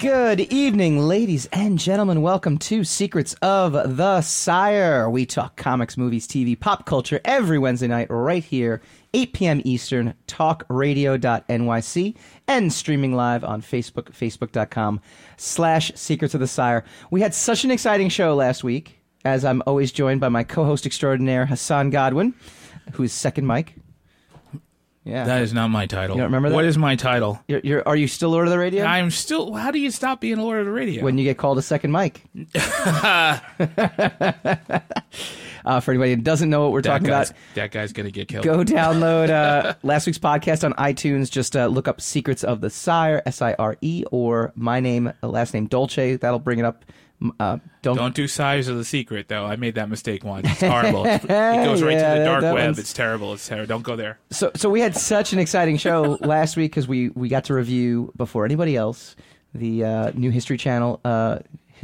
Good evening, ladies and gentlemen. Welcome to Secrets of the Sire. We talk comics, movies, TV, pop culture every Wednesday night right here, 8 p.m. Eastern, talkradio.nyc, and streaming live on Facebook, facebook.com slash Secrets of the Sire. We had such an exciting show last week, as I'm always joined by my co-host extraordinaire, Hassan Godwin, who is second mic. Yeah. That is not my title. You don't remember that? What is my title? you're, you're, are you still Lord of the Radio? I'm still. How do you stop being Lord of the Radio? when you get called a second mic. uh, for anybody who doesn't know what we're that talking guy's, about, that guy's gonna get killed. go download uh, last week's podcast on iTunes. Just uh, look up "Secrets of the Sire" S I R E or my name, uh, last name Dolce. That'll bring it up. M- Uh, don't, Don't do Size of the Secret though. I made that mistake once. It's horrible. it goes right Yeah, that- to the dark that web. one's- It's terrible. It's terrible. Don't go there. so so we had such an exciting show last week because we we got to review before anybody else the uh, new History Channel. Uh,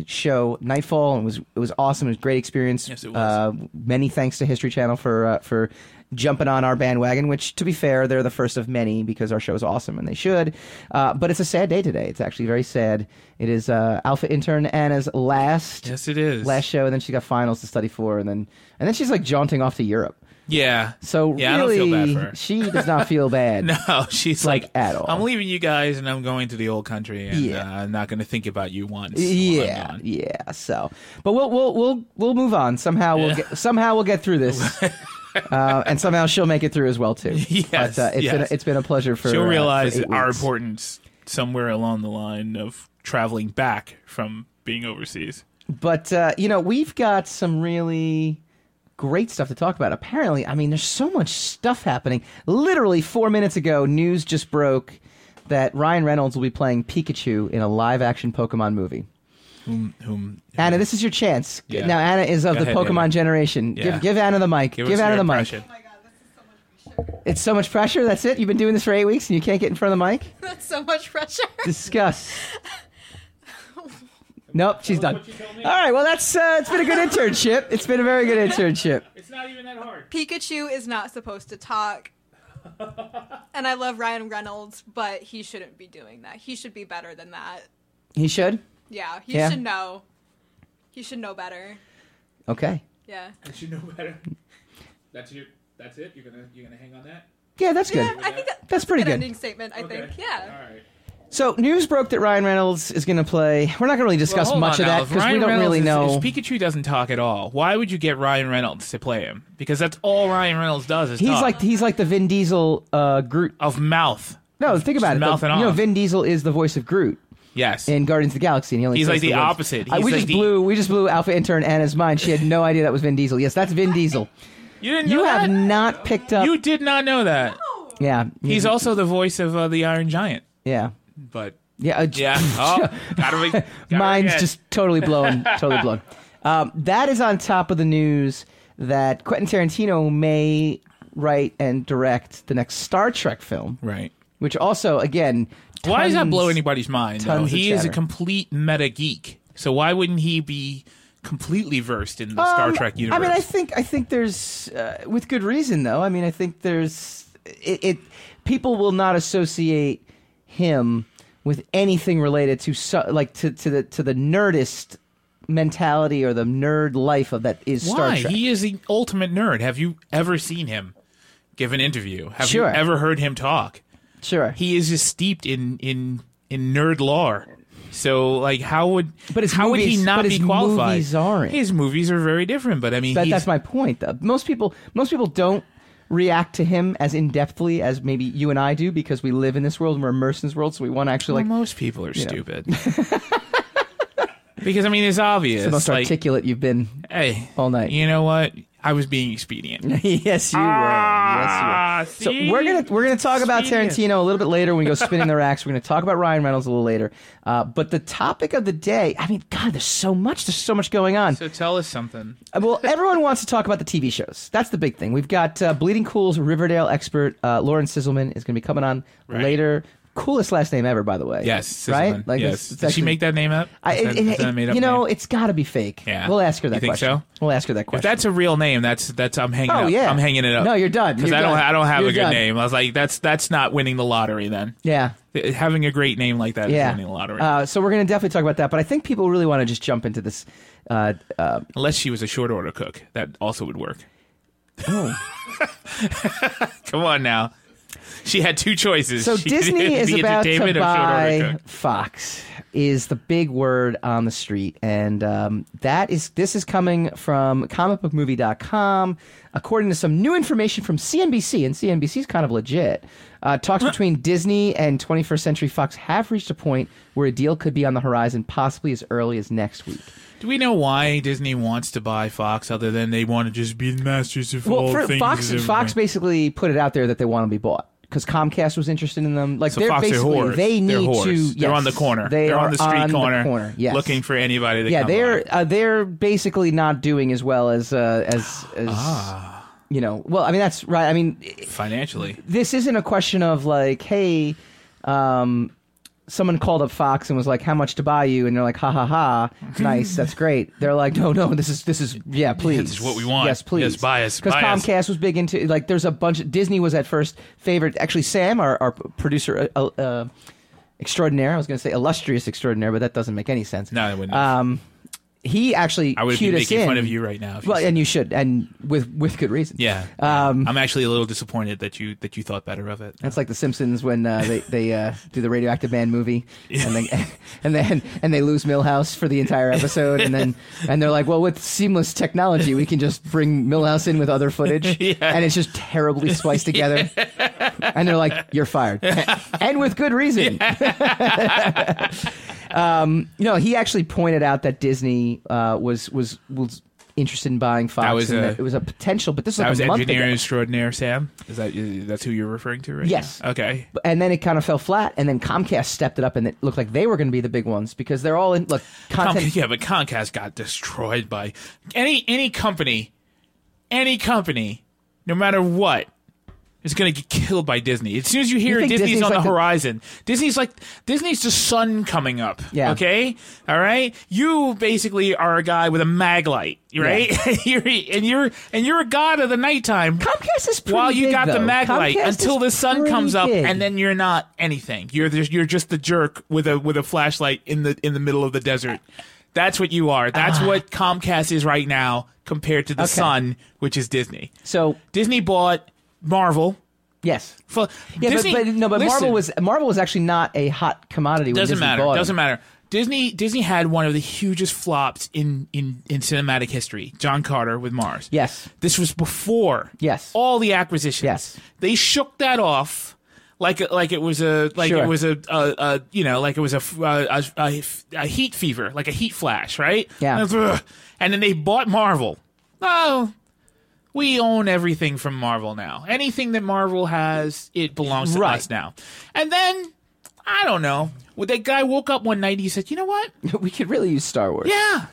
show Nightfall and it was it was awesome. It was a great experience. Yes, it was. Uh, many thanks to History Channel for uh, for jumping on our bandwagon. Which, to be fair, they're the first of many because our show is awesome and they should. Uh, but it's a sad day today. It's actually very sad. It is uh, Alpha Intern Anna's last Yes, it is. last show, and then she's got finals to study for, and then and then she's like jaunting off to Europe. Yeah. So yeah, really, I don't feel bad for her. she does not feel bad. No, she's Like, like, at all. I'm leaving you guys, and I'm going to the old country, and Yeah. uh, I'm not going to think about you once. while I'm Yeah, gone. yeah. So, but we'll we'll we'll we'll move on. Somehow we'll get somehow we'll get through this, uh, and somehow she'll make it through as well too. Yes, but, uh, it's been a, yes. it's been a pleasure for. She'll uh, for realize eight our weeks. importance somewhere along the line of traveling back from being overseas. But uh, you know, we've got some really great stuff to talk about. Apparently, I mean, there's so much stuff happening. Literally four minutes ago, news just broke that Ryan Reynolds will be playing Pikachu in a live-action Pokemon movie. Whom, whom Anna, this is your chance. Yeah. Now, Anna is of Go the ahead, Pokemon Anna. generation. Yeah. Give, give Anna the mic. give, Give, us Anna the your mic. impression. It's so much pressure. That's it. You've been doing this for eight weeks and you can't get in front of the mic. That's so much pressure. Discuss. nope, she's done. All right. Well, that's uh, it's been a good internship. It's been a very good internship. It's not even that hard. Pikachu is not supposed to talk. and I love Ryan Reynolds, but he shouldn't be doing that. He should be better than that. He should. Yeah, he Yeah. should know. He should know better. Okay. Yeah. You know better. That's your. That's it. You're gonna. You're gonna hang on that. Yeah, that's good. Yeah, I think that, That's pretty an good. ending statement, I think. Yeah. right. So news broke that Ryan Reynolds is going to play. We're not going to really discuss much of that because we don't really know. If Pikachu doesn't talk at all, why would you get Ryan Reynolds to play him? Because that's all Ryan Reynolds does is he's talk. like he's like the Vin Diesel uh, Groot. of mouth. No, think about it. mouthing The- you know, off. Vin Diesel is the voice of Groot Yes. in Guardians of the Galaxy, and he only He's says like the words. opposite. I- we He's like just the- blew we just blew Alpha Intern Anna's mind. She had no idea that was Vin Diesel. Yes, that's Vin Diesel. you didn't. You know have that? not picked up. You did not know that. yeah, He's yeah, also the voice of uh, the Iron Giant. yeah, But yeah. uh, yeah. Oh, gotta be, gotta Mine's forget. just totally blown, totally blown. Um, that is on top of the news that Quentin Tarantino may write and direct the next Star Trek film, right. which also, again, Why does that tons- blow anybody's mind? though? tons of He is a chatter. complete meta geek. So why wouldn't he be completely versed in the Star Um, Trek universe? I mean, I think I think there's uh, with good reason though. I mean, I think there's it, it people will not associate him with anything related to so, like to, to the to the nerdist mentality or the nerd life of that is Star why? Trek. He is the ultimate nerd. Have you ever seen him give an interview? Have Sure. you ever heard him talk? sure, He is just steeped in in in nerd lore. So like, how would But his how would movies- he not but be his qualified? movies aren't. His movies are very different. But I mean, but he's- that's my point. Though most people most people don't react to him as in depthly as maybe you and I do because we live in this world and we're immersed in this world, so we want to actually well, like most people are stupid. because I mean, it's obvious. the most like, articulate you've been. hey, all night. You know what? I was being expedient. yes, you were. Yes, you were. Ah, So see? we're gonna we're gonna talk about Expedient. Tarantino a little bit later when we go spinning the racks. We're gonna talk about Ryan Reynolds a little later. Uh, but the topic of the day, I mean, God, there's so much. There's so much going on. So tell us something. Uh, well, everyone wants to talk about the TV shows. That's the big thing. We've got uh, Bleeding Cool's Riverdale expert uh, Lauren Sizzleman is gonna be coming on Right. later. coolest last name ever, by the way. Yes, Scissorman. right. Like yes. it's, it's Did she actually- make that name up? I, Is that- it, it- is that a it- made-up you know, name? it's got to be fake. Yeah. we'll ask her that You think question. so? We'll ask her that question. if that's a real name, that's that's I'm hanging. oh up. yeah, I'm hanging it up. No, you're done. because You're I don't done. I don't have You're a good done. name. I was like, that's that's not winning the lottery. Then Yeah, Th- having a great name like that is yeah. winning the lottery. Uh, so we're gonna definitely talk about that, but I think people really want to just jump into this. Uh, uh, Unless she was a short order cook, that also would work. Come on now, she had two choices. so She Disney did is the about to entertainment or short order buy cook. Fox. Is the big word on the street, and um, that is this is coming from comicbookmovie.com, according to some new information from CNBC, and CNBC is kind of legit. Uh, talks between Disney and 21st Century Fox have reached a point where a deal could be on the horizon, possibly as early as next week. Do we know why Disney wants to buy Fox, other than they want to just be the masters of Well, all for things? Fox, and Fox everything? basically put it out there that they want to be bought because Comcast was interested in them. Like So they're Fox are basically whores. they need they're whores. to. they're yes, on the corner. They are on the street corner, corner. Yes. looking for anybody. To yeah, come they're by. uh, they're basically not doing as well as uh, as as Ah. you know. Well, I mean that's right. I mean financially. this isn't a question of like, hey, um, someone called up Fox and was like, "How much to buy you?" And they're like, "Ha ha ha, nice, that's great." They're like, "No, no, this is this is yeah, please, this is what we want. Yes, please, Yes, buy us, Because buy us. Comcast was big into like, there's a bunch. of Disney was at first favorite. Actually, Sam, our our producer. Uh, uh, Extraordinaire. I was going to say illustrious extraordinaire, but that doesn't make any sense. No, it wouldn't. Um, he actually I would be cued us making in. fun of you right now. If you Well, said- and you should, and with with good reason. yeah, Um, I'm actually a little disappointed that you that you thought better of it. That's like The Simpsons when uh, they they uh, do the radioactive man movie, and then and then and they lose Millhouse for the entire episode, and then and they're like, well, with seamless technology, we can just bring Millhouse in with other footage, and it's just terribly spliced together, and they're like, you're fired, and with good reason. um, no, he actually pointed out that Disney uh, was was was interested in buying Fox, was and a- that it was a potential, but this was That like was a month ago. engineer extraordinaire, Sam. Is that is- that's who you're referring to right Yes. now? Okay. and then it kind of fell flat and then comcast stepped it up and it looked like they were going to be the big ones because they're all in look Com- content yeah, but Comcast got destroyed by any any company, any company, no matter what, is going to get killed by Disney. As soon as you hear think Disney's, Disney's on like the the- horizon, Disney's like Disney's the sun coming up. Yeah. Okay. All right. You basically are a guy with a mag light, right? you're, and you're and you're a god of the nighttime. comcast is pretty while you big, got the though. mag light Comcast until is the sun pretty comes up big. and then you're not anything you're just, you're just the jerk with a with a flashlight in the in the middle of the desert that's what you are that's Ah. what comcast is right now compared to the sun which is disney so disney bought marvel yes Fu- yeah Disney- but, but no but listen, marvel was marvel was actually not a hot commodity doesn't when Disney matter bought doesn't it. matter Disney Disney had one of the hugest flops in, in, in cinematic history. John Carter with Mars. yes This was before. Yes. All the acquisitions. Yes. They shook that off. Like, like it was a like Sure. it was a, a, a you know like it was a, f- a, a- a heat fever like a heat flash right Yeah. and, it's, "Ugh." And then they bought Marvel oh we own everything from Marvel now anything that Marvel has it belongs to Right. us now and then I don't know well, that guy woke up one night and he said you know what we could really use star wars yeah.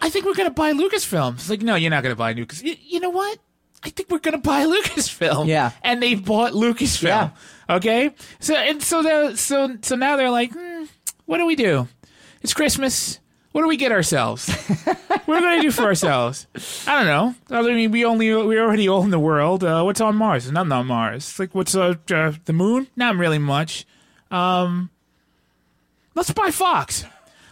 I think we're going to buy Lucasfilm. It's like, no, you're not going to buy Lucas. You, you know what? I think we're going to buy Lucasfilm. Yeah. And they bought Lucasfilm. Okay? So and so they're, so so now they're like, hmm, what do we do? It's Christmas. What do we get ourselves? what are we going to do for ourselves? I don't know. I mean, we only we already own the world. Uh, what's on Mars? There's nothing on Mars. It's like what's uh, uh, the moon? Not really much. Um, Let's buy Fox.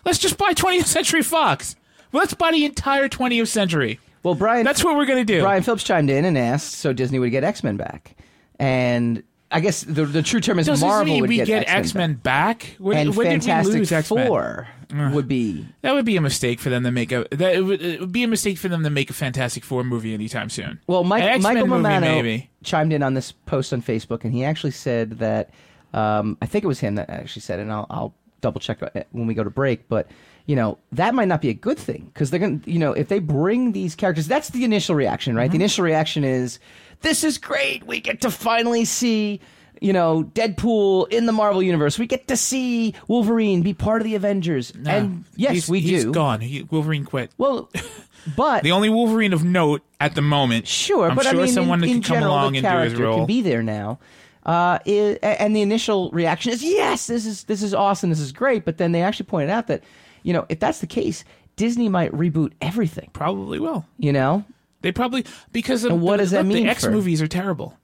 Let's just buy 20th Century Fox. Let's buy the entire 20th century. well brian That's what we're going to do. brian phillips chimed in and asked so disney would get x-men back and i guess the, the true term is Does this marvel mean would we get, x-men, X Men back? When, and when fantastic did we lose X-Men? four would be That would be a mistake for them to make a. That it would, it would be a mistake for them to make a Fantastic Four movie anytime soon. Well, Mike, An X-Men Michael movie, Momano maybe. chimed in on this post on Facebook, and he actually said that um, I think it was him that actually said, it, and I'll, I'll double check it when we go to break. But you know that might not be a good thing because they're going, to you know, if they bring these characters, that's the initial reaction, Mm-hmm. right? The initial reaction is, "This is great. We get to finally see." You know, Deadpool in the Marvel universe. We get to see Wolverine be part of the Avengers, and yes, He's- we He's do. gone. He, Wolverine quit. Well, but The only Wolverine of note at the moment. Sure, I'm but sure I mean, someone in, that in can come general, along the and do his character role. can be there now. Uh, i and the initial reaction is yes, this is this is awesome, this is great. But then they actually pointed out that, you know, if that's the case, Disney might reboot everything. Probably will. You know, They probably because of And what does that look, mean The X for- movies are terrible.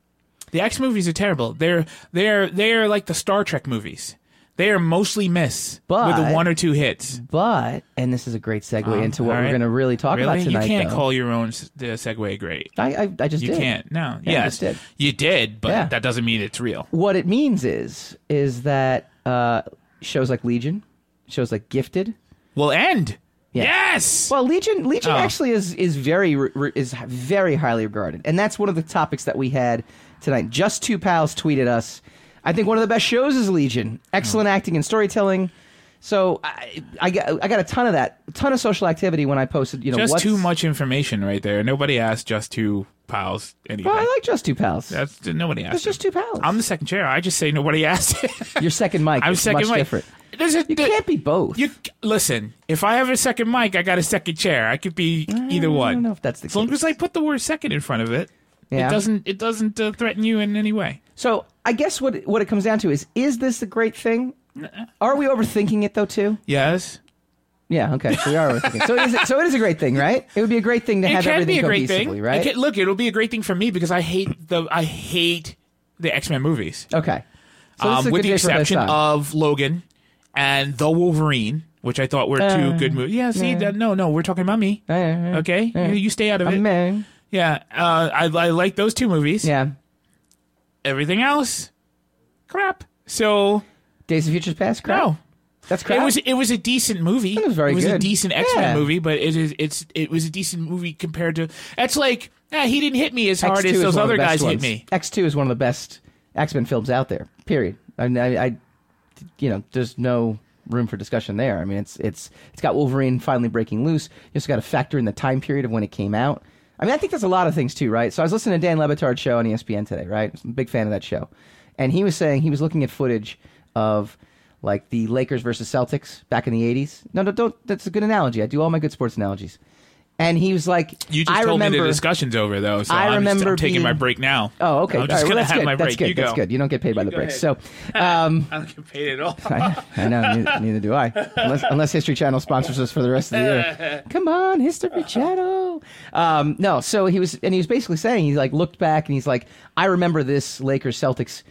The X movies are terrible. They're they're they're like the Star Trek movies. They are mostly miss with But- the one or two hits. but and this is a great segue into what Um, we're all right. going to really talk Really, about tonight. you can't though. call your own s- the segue great. I, I, I just You did. can't. No. Yeah, I yes, just did. you did, but Yeah. that doesn't mean it's real. What it means is is that uh, shows like Legion, shows like Gifted. Will end. Yeah. Yes. Well, Legion Legion Oh. actually is is very re- re- is very highly regarded, and that's one of the topics that we had tonight. Just two pals tweeted us. I think one of the best shows is Legion. Excellent Oh. acting and storytelling. So I, I got I got a ton of that, a ton of social activity when I posted. You know, just what's, too much information right there. Nobody asked just two pals anything. Well, I like just two pals. That's nobody asked. it's just it. two pals. I'm the second chair. I just say nobody asked. it. Your second mic. I'm is second much mic. different. There's a, You there- can't be both. You listen. If I have a second mic, I got a second chair. I could be either one. know if that's the as long case. as I put the word second in front of it. Yeah. It doesn't. It doesn't uh, threaten you in any way. So I guess what what it comes down to is: is this the great thing? uh. Are we overthinking it though? Too. Yes. Yeah, okay. So we are overthinking. so, it is, so it is a great thing, right? It would be a great thing to It have can everything be a great cohesively, thing, right? It can- look, it'll be a great thing for me because I hate the I hate the X Men movies, okay. So this is a um, good with the day for both exception sides. of Logan and the Wolverine, which I thought were two Uh, good movies. Yeah. See, that, no, no, we're talking about me. Yeah, yeah, yeah. Okay, Yeah. you, you stay out of it. I'm in. Yeah, uh, I, I like those two movies. Yeah. Everything else, crap. So Days of Futures Past. Crap. no, that's crap. it was it was a decent movie. It was very a good. decent X Men Yeah. movie, but it is it's it was a decent movie compared to. That's like ah, he didn't hit me as hard X2 as is those one of the other best guys hit ones. me. X2 is one of the best X Men films out there. Period. I, mean, I, I, you know, there's no room for discussion there. I mean, it's it's it's got Wolverine finally breaking loose. You also got to factor in the time period of when it came out. I mean, I think that's a lot of things too, right? So I was listening to Dan Levitard's show on E ESPN today, right? I'm a big fan of that show, and he was saying he was looking at footage of like the Lakers versus Celtics back in the '80s. No, no, don't. That's a good analogy. I do all my good sports analogies. And he was like, You just I told remember, me the discussion's over though, so I am remember taking being- my break now. Oh, okay. I'm just All right, well, gonna that's have good. my that's break. Good. you that's go. good. You don't get paid by the go breaks. So, ahead. um, I don't get paid at all. I, I know, neither, neither do I. Unless, unless History Channel sponsors us for the rest of the year. Come on, History Channel. Um, no, so he was, and he was basically saying, he like looked back and he's like, I remember this Lakers Celtics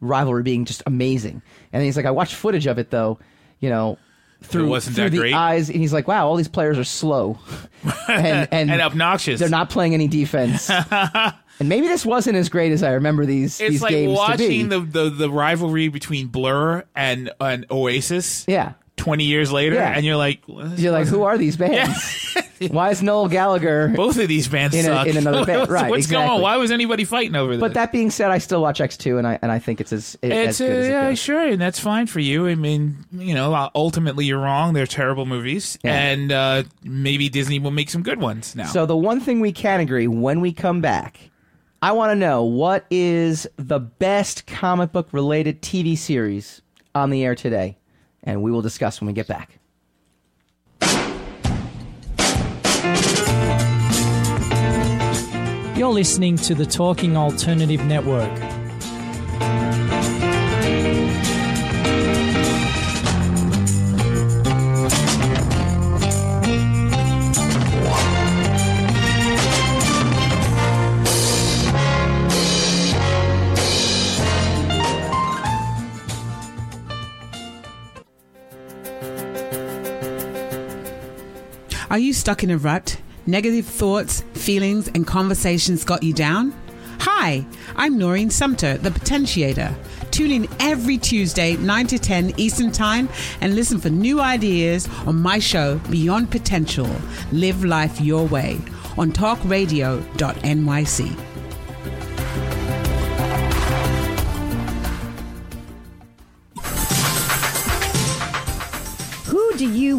rivalry being just amazing. And he's like, I watched footage of it though, you know. Through, wasn't through that the great. eyes, and he's like, "Wow, all these players are slow and, and, And obnoxious. They're not playing any defense, and maybe this wasn't as great as I remember these it's these like games to be. watching the, the the rivalry between Blur and and Oasis. yeah, 20 years later, Yeah. and you're like, well, this You're like, wasn't- who are these bands? Why is Noel Gallagher? both of these bands In a- suck. in another band, What's- right, What's going exactly. on? Why was anybody fighting over this? But that being said, I still watch X2, and I and I think it's as as it's uh, good as it yeah, goes. sure, and that's fine for you. I mean, you know, ultimately you're wrong. They're terrible movies, Yeah. and uh, maybe Disney will make some good ones now. So the one thing we can agree when we come back, I want to know what is the best comic book related TV series on the air today, and we will discuss when we get back. You're listening to the Talking Alternative Network. Are you stuck in a rut? Negative thoughts, feelings, and conversations got you down? Hi, I'm Noreen Sumter, the potentiator. Tune in every Tuesday, 9 to 10 Eastern Time, and listen for new ideas on my show, Beyond Potential Live Life Your Way, on talkradio.nyc. Who do you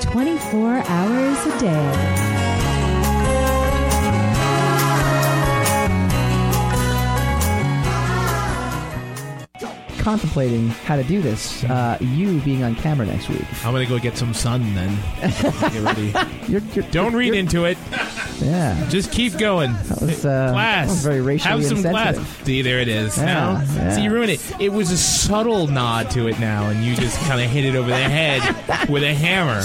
24 hours a day. Contemplating how to do this, uh, you being on camera next week. I'm gonna go get some sun then. Get ready. You're, you're, Don't read into it. yeah. Just keep going. That was, uh, class. that was very racially Have some insensitive. class. See, there it is. Yeah, now, yeah. see, you ruined it. It was a subtle nod to it now, and you just kind of hit it over the head with a hammer.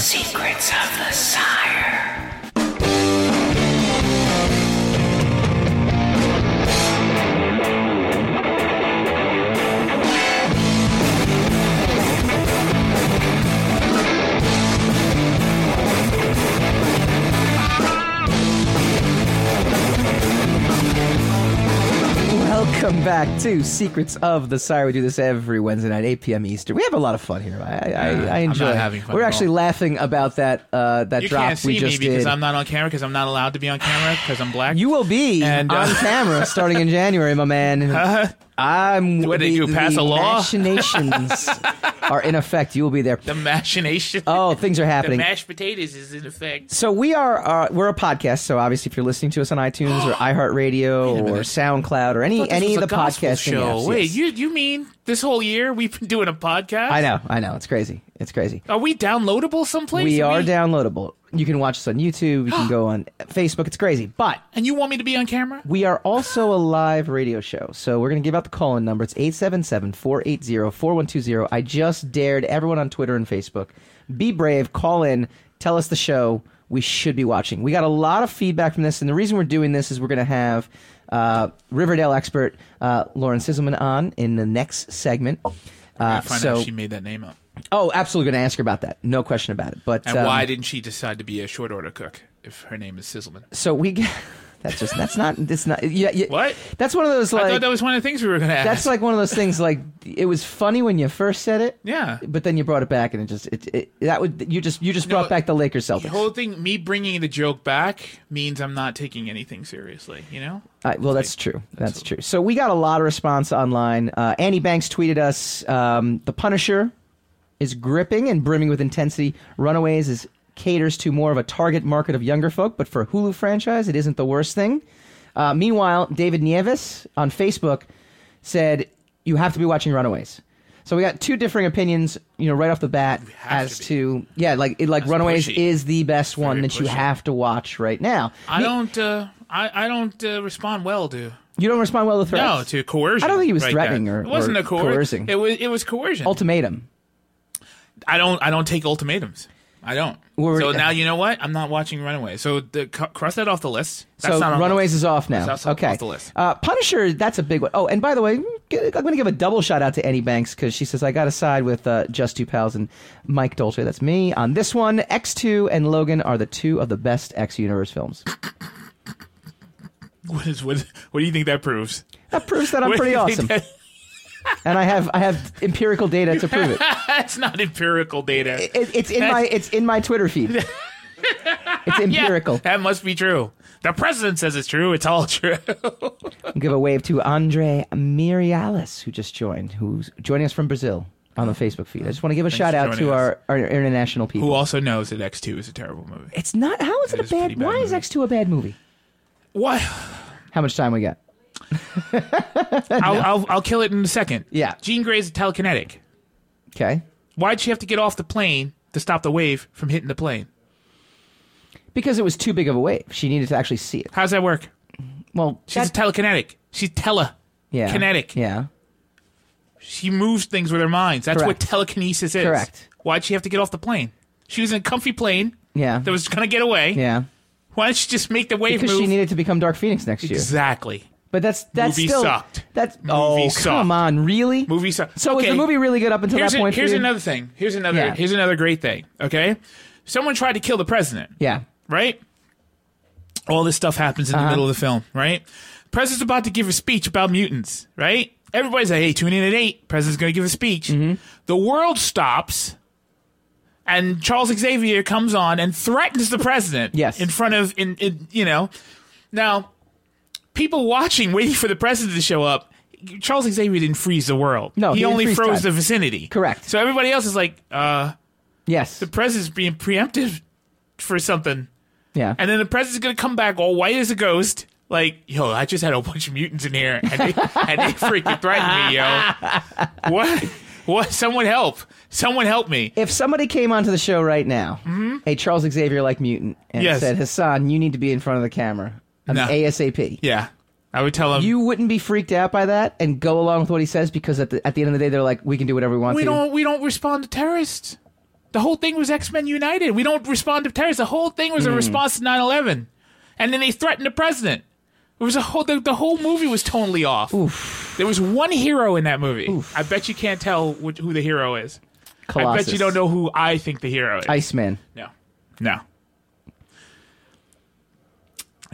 Welcome back to Secrets of the Sire. We do this every Wednesday night, 8 p.m. Eastern. We have a lot of fun here. I, I, I, I I'm enjoy. not it. having fun We're at actually all. laughing about that uh, that You drop can't we see me just because did. I'm not on camera because I'm not allowed to be on camera because I'm black. you will be And, uh, on camera starting in January, my man. I'm. What the, did you pass the a law? Machinations are in effect. You will be there. the machination. Oh, things are the happening. mashed potatoes is in effect. so we are uh, we're a podcast. So obviously, if you're listening to us on iTunes or iHeartRadio or SoundCloud or any Thought this any was of a the gospel podcasting show. apps, Wait, yes. you you mean this whole year we've been doing a podcast? I know, I know. It's crazy. It's crazy. Are we downloadable someplace? We are Me- downloadable. You can watch us on YouTube. You can go on Facebook. It's crazy. But And you want me to be on camera? we are also a live radio show. So we're going to give out the call in number. It's 877 480 4120. I just dared everyone on Twitter and Facebook be brave, call in, tell us the show we should be watching. We got a lot of feedback from this. And the reason we're doing this is we're going to have uh, Riverdale expert uh, Lauren Sisselman on in the next segment. Uh, I find so, out she made that name up. oh, absolutely going to ask her about that. No question about it. But And um, why didn't she decide to be a short order cook if her name is Sizzleman? so we get that's just that's not that's not yeah, yeah What? that's one of those I like thought that was one of the things we were going to ask. that's like one of those things like it was funny when you first said it Yeah. but then you brought it back and it just it, it that would you just you just No, brought back the Lakers the Celtics whole thing, me bringing the joke back means I'm not taking anything seriously, you know? Uh, well, that's true. That's true. So we got a lot of response online. Uh, Annie Banks tweeted us: um, "The Punisher is gripping and brimming with intensity. Runaways is caters to more of a target market of younger folk, but for a Hulu franchise, it isn't the worst thing." Uh, meanwhile, David Nieves on Facebook said, "You have to be watching Runaways." So we got two differing opinions, you know, right off the bat have as to to, yeah, like it, like That's Runaways pushy. is the best one very that you pushy. have to watch right now. I you, don't uh, I, I don't uh, respond well to you don't respond well to threats. no to coercion. I don't think he was like threatening that. or- it wasn't or a coer- coercing. It was it was coercion. ultimatum. I don't I don't take ultimatums. I don't. Well, so we're- now you know what? I'm not watching Runaway. So the, c- cross that off the list. That's so not on the Runaways list. is off now. That's off- okay. off the list. Uh, Punisher, that's a big one. Oh, and by the way, g- I'm going to give a double shout out to Annie Banks because she says I got to side with uh, Just Two Pals and Mike Dolce. That's me on this one. X2 and Logan are the two of the best X Universe films. What is what? What do you think that proves? That proves that I'm What do pretty you think awesome, that- and I have I have empirical data to prove it. That's not empirical data. it it's in my it's in my Twitter feed. It's empirical. That must be true. The president says it's true. It's all true. Give a wave to Andre Mirialis, who just joined, who's joining us from Brazil on the Facebook feed. I just want to give a Oh. Thanks shout for out joining to us. our, our international people. Who also knows that X Two is a terrible movie? It's not. How is it a is a bad? pretty bad why is movie. X two a bad movie? What? How much time we got? I'll, I'll I'll kill it in a second. Yeah. Jean Grey's telekinetic. Okay, Why'd she have to get off the plane to stop the wave from hitting the plane? because it was too big of a wave. She needed to actually see it. How's that work? Well, She's that- telekinetic. She's tele. yeah, kinetic. Yeah, She moves things with her minds. That's Correct. what telekinesis is. Correct. Why'd she have to get off the plane? She was in a comfy plane yeah, that was going to get away. yeah. Why didn't she just make the wave Because move? she needed to become Dark Phoenix next year. exactly. But that's that's Movie still sucked. that's Movie oh sucked. come on really Movie sucked. So was Okay. the movie really good up until Here's, that a- point? for here's you? another thing. Here's another. Yeah. Here's another great thing. Okay, someone tried to kill the president. Yeah, Right. All this stuff happens Uh-huh. in the middle of the film. Right. President's about to give a speech about mutants. Right. Everybody's like, "Hey, tune in at eight. President's going to give a speech." Mm-hmm. The world stops, and Charles Xavier comes on and threatens the president. Yes. In front of in, in you know, now people watching, waiting for the president to show up. Charles Xavier didn't freeze the world. No, he he, didn't only freeze froze time. the vicinity. Correct. So everybody else is like, uh, Yes. the president's being preemptive for something, yeah. and then the president's gonna come back all white as a ghost. Like, yo, I just had a bunch of mutants in here, and they, and they freaking threatened me, yo. What? What? Someone help! Someone help me! if somebody came onto the show right now, a Charles Xavier like mutant, and Yes. said, Hassan, you need to be in front of the camera um, No. ASAP. Yeah, I would tell him. You wouldn't be freaked out by that and go along with what he says because at the, at the end of the day, they're like, we can do whatever we want we to. don't we don't respond to terrorists. The whole thing was X Men United. We don't respond to terrorists. The whole thing was a response to 9-11. and then they threatened the president. It was a whole the, the whole movie was totally off. There was one hero in that movie. I bet you can't tell which, who the hero is. I bet Colossus. you don't know who I think the hero is. Iceman. no, no,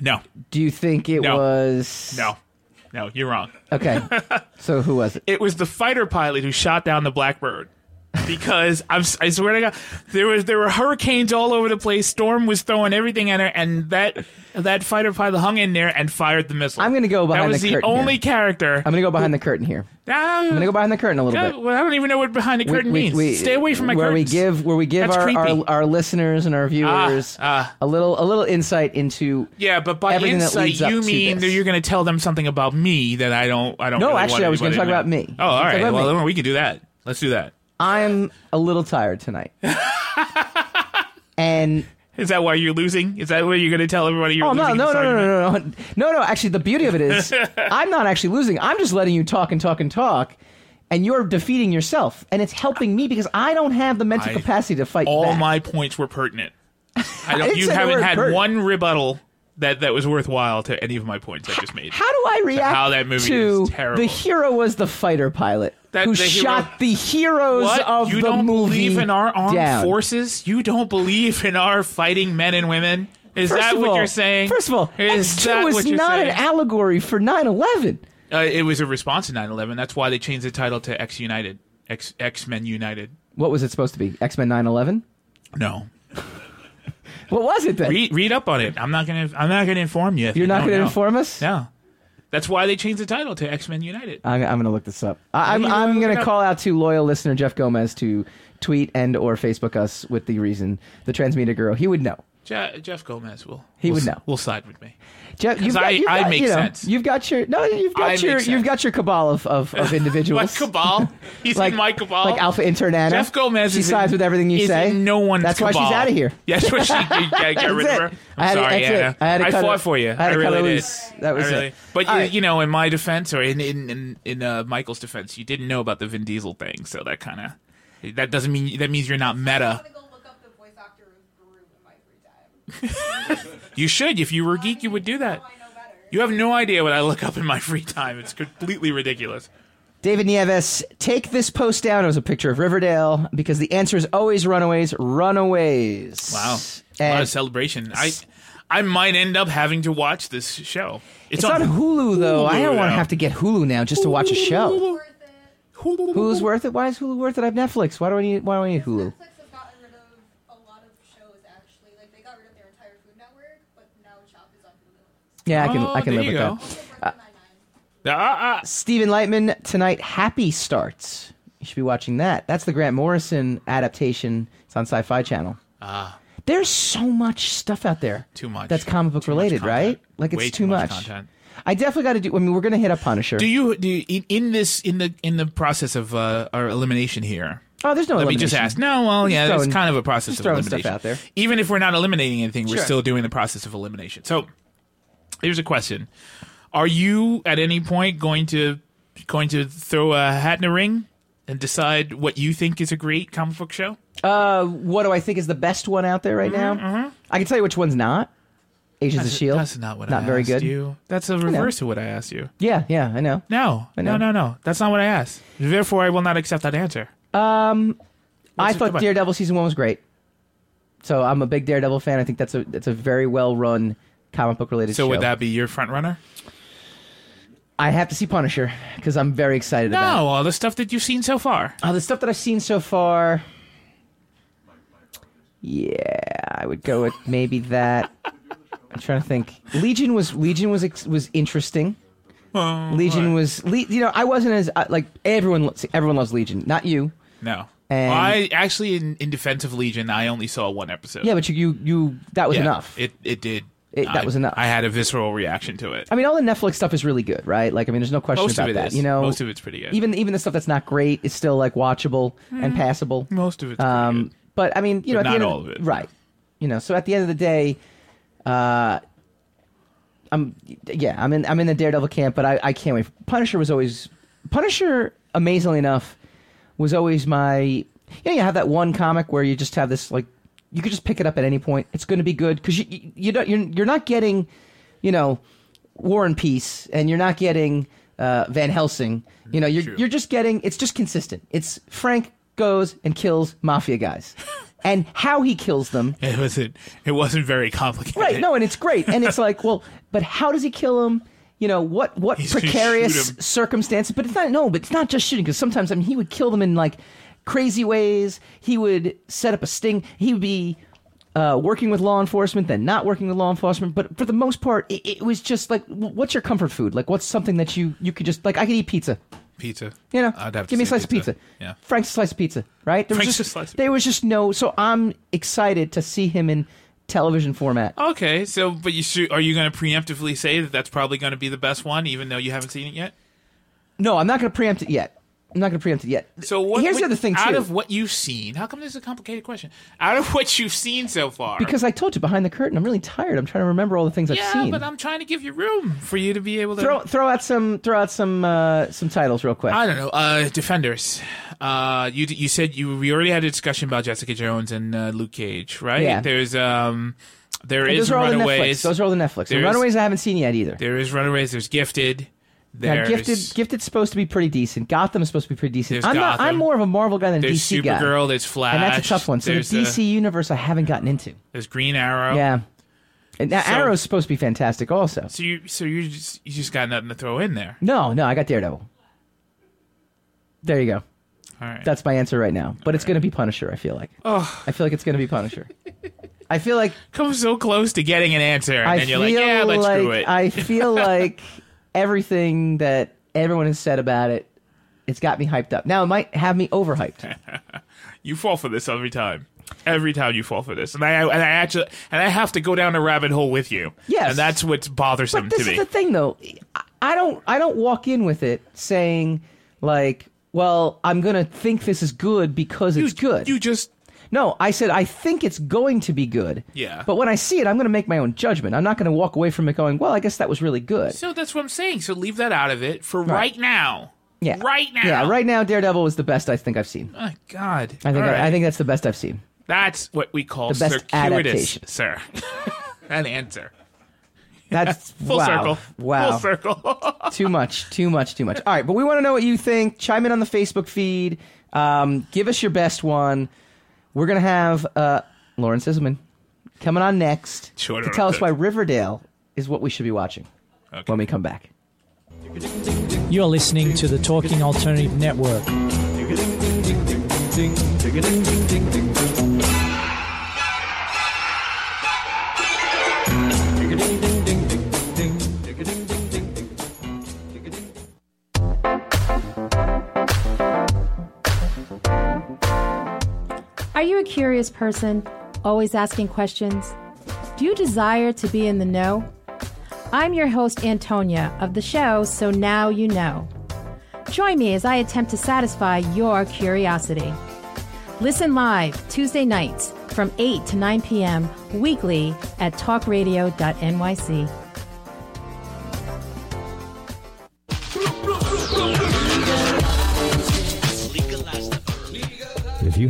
no, Do you think it No. was. no, no. You're wrong. Okay. so who was it? it was the fighter pilot who shot down the Blackbird. Because I'm, si swear to God, there was there were hurricanes all over the place. Storm was throwing everything at her, and that that fighter pilot hung in there and fired the missile. I'm gonna go That behind was the the, curtain only here. character. Ah, I'm going to go behind the curtain here. I'm going to go behind the curtain a little bit. well, I don't even know what behind the We- curtain we- means. we- Stay away from my where curtains. we give where we give That's our, our, creepy. our listeners and our viewers ah. a little a little insight into yeah, but by everything that insight, leads up you to mean this. that you're going to tell them something about me that I don't. I don't. No, really actually, want I was gonna anybody talk to know. about me. Oh, all Let's talk right. about Well, me. then we can do that. Let's do that. I'm a little tired tonight, and Is that why you're losing? Is that why you're going to tell everybody you're oh no losing? no no this no argument? no no no no actually the beauty of it is I'm not actually losing I'm just letting you talk and talk and talk. And you're defeating yourself, and it's helping me because I don't have the mental I- capacity to fight all back. my points were pertinent. I don't, didn't you say the haven't word had pertinent. one rebuttal that, that was worthwhile to any of my points I just made. how do I react how that movie to is terrible. the hero was the fighter pilot That- who the hero- shot the heroes what? of the you don't movie believe in our armed down. forces? You don't believe in our fighting men and women? Is First that of what all- you're saying? First of all, is that X2 is what you're not saying? an allegory for 9/11. uh, it was a response to 9/11. That's why they changed the title to X United, X X Men United. What was it supposed to be? X-Men 9/11? No, What was it then? read read up on it. I'm not gonna I'm not gonna inform you. if You're you not don't going to know. inform us? No, that's why they changed the title to X Men United. I'm, I'm going to look this up. I, I'm, you gonna I'm look going it to up? call out to loyal listener Jeff Gomez to tweet and or Facebook us with the reason, the transmedia girl. He would know. Je- Jeff Gomez will. He will would s- know. Will side with me. Jeff, you've got, 'Cause I- you've I got, make you know, sense. You've got your no. You've I got make your you've sense. got your cabal of of, of individuals. Like Cabal, he's like in my Cabal. like Alpha Internana. Jeff Gomez. She is sides in- with everything you is say. in no one's That's why Cabal. she's out of here. That's why she you gotta get rid of That's her. it. I I'm had to- sorry, that's it. Anna. I had to cut her- fought for you. I had to cut really her did. loose. That was I really- it. But All you, right. you know, in my defense, or in in in, in uh, Michael's defense, you didn't know about the Vin Diesel thing, so that kind of that doesn't mean that means you're not meta. You should. If you were a geek, you would do that. You have no idea what I look up in my free time. It's completely ridiculous. David Nieves, take this post down. It was a picture of Riverdale because the answer is always runaways, runaways. Wow. a lot And of celebration. I I might end up having to watch this show. it's on Hulu though. I don't want to have to get Hulu now just to watch a show. Hulu. Hulu's worth it. Why is Hulu worth it? I have Netflix. Why do I need? Why do I need Hulu? Netflix has gotten rid of a lot of shows actually. Like they got rid of their entire Food Network, but now Chopped is on Hulu. Yeah, I can. Oh, I can there live you with go. that. Ah, ah. Stephen Lightman tonight. Happy starts. You should be watching that. That's the Grant Morrison adaptation. It's on Sci-Fi Channel. Ah. There's so much stuff out there. Too much. That's comic book Too much related, content. right? Like it's Way too, too much content. I definitely got to do. I mean, we're gonna hit a Punisher. Do you do you, in, in this in the in the process of uh, our elimination here? oh, there's no. Let me just elimination. ask. No, well, We're just yeah, it's throwing- kind of a process just of throwing elimination. stuff out there. Even if we're not eliminating anything, we're Sure. still doing the process of elimination. So, here's a question: Are you at any point going to going to throw a hat in a ring and decide what you think is a great comic book show? Uh, what do I think is the best one out there right now? I can tell you which one's not. Agents of Shield. Mm-hmm, That's not what I very asked good. you. That's a reverse of what I asked you. Yeah, yeah, I know. No, know. no, no, no. That's not what I asked. Therefore, I will not accept that answer. I What's it- thought come on. Daredevil season one was great. So I'm a big Daredevil fan. I think that's a that's a very well run comic book related So show. would that be your front runner? I have to see Punisher because I'm very excited No, about. all the stuff that you've seen so far. it. Uh, the stuff that I've seen so far. Yeah, I would go with maybe that. I'm trying to think. Legion was Legion was ex- was interesting. Legion was, Le- you know, I wasn't as uh, like everyone. lo- see, Everyone loves Legion, not you. No. And- Well, I actually in, in Defense of Legion, I only saw one episode. Yeah, but you, you, you that was Yeah, enough. It it did. It- that I- was enough. I had a visceral reaction to it. I mean, all the Netflix stuff is really good, right? Like, I mean, there's no question Most of about it that. is. You know, Most of it's pretty good. Even even the stuff that's not great is still like watchable and passable. Most of it's pretty Um, good. but I mean, you know, But at the end not of, all of it. right? You know, so at the end of the day, uh, I'm yeah, I'm in I'm in the Daredevil camp, but I, I can't wait. Punisher was always Punisher. Amazingly enough, was always my you know you have that one comic where you just have this like you could just pick it up at any point. It's going to be good because you you, you don't you're, you're not getting you know War and Peace, and you're not getting uh, Van Helsing. You know, you're you're just getting it's just consistent. It's Frank goes and kills mafia guys, and how he kills them. It wasn't. It wasn't very complicated. Right? No, and it's great, and it's like, well, but how does he kill him? You know what? What He's gonna precarious shoot him. circumstances? But it's not. No, but it's not just shooting because sometimes I mean he would kill them in like crazy ways. He would set up a sting. He would be. Uh, working with law enforcement, then not working with law enforcement, but for the most part, it, it was just like, w- what's your comfort food? Like, what's something that you you could just like? I could eat pizza, Pizza. you know, I'd have to give me a say slice of pizza. Yeah. Frank's slice of pizza, right? There Frank's was just, slice of there was just no. So I'm excited to see him in television format. Okay, so but you should, are you going to preemptively say that that's probably going to be the best one, even though you haven't seen it yet? No, I'm not going to preempt it yet. I'm not going to preempt it yet. So what, here's what- the other thing too. Out of what you've seen, how come this is a complicated question? Out of what you've seen so far, because I told you behind the curtain, I'm really tired. I'm trying to remember all the things I've yeah, seen. but I'm trying to give you room for you to be able to. throw throw out some throw out some uh, some titles real quick. I don't know. Uh, Defenders. Uh, you d- you said you we already had a discussion about Jessica Jones and uh, Luke Cage, right? Yeah. There's um, there And is those are all the Netflix. Runaways. Those are all the Netflix. And There's- Runaways I haven't seen yet either. There is Runaways. There's Gifted. Now, There's Gifted Gifted's supposed to be pretty decent. Gotham is supposed to be pretty decent. There's I'm not. I'm Gotham. more of a Marvel guy than a There's DC guy. Supergirl. There's Flash. and that's a tough one. So there's, uh, the DC universe I haven't gotten into. there's Green Arrow. Yeah. And now So- Arrow's supposed to be fantastic also. So you so you just you just got nothing to throw in there. No, no, I got Daredevil. There you go. All right. That's my answer right now. But it's going to be Punisher, I feel like. oh, I feel like it's going to be Punisher. I feel like come so close to getting an answer, and I then feel you're like, yeah, but like screw it. I feel like everything that everyone has said about it it's got me hyped up. Now it might have me overhyped. you fall for this every time. Every time you fall for this, and I and I actually and I have to go down a rabbit hole with you. Yes. and that's what's bothersome But this to me. is the thing, though. I- I don't. I don't walk in with it saying like, "Well, I'm gonna think this is good because you, it's good." You just no, I said I think it's going to be good. Yeah. But when I see it, I'm gonna make my own judgment. I'm not gonna walk away from it going, "Well, I guess that was really good." so that's what I'm saying. So leave that out of it for right, now. yeah. right now. Yeah. Right now, Daredevil is the best I think I've seen. My God, I think. All right. I, I think that's the best I've seen. that's what we call The best circuitous, adaptation. sir. An answer. That's Full wow. circle. Wow. Full circle. too much, too much, too much. All right, but we want to know what you think. Chime in on the Facebook feed. Um, give us your best one. We're gonna have uh, Lauren Sisman coming on next Sure, to tell us good. why Riverdale is what we should be watching when we come back. You're listening to the Talking Alternative Network. Are you a curious person, always asking questions? Do you desire to be in the know? I'm your host, Antonia, of the show So Now You Know. Join me as I attempt to satisfy your curiosity. Listen live Tuesday nights from 8 to 9 p.m. weekly at talkradio.nyc. If you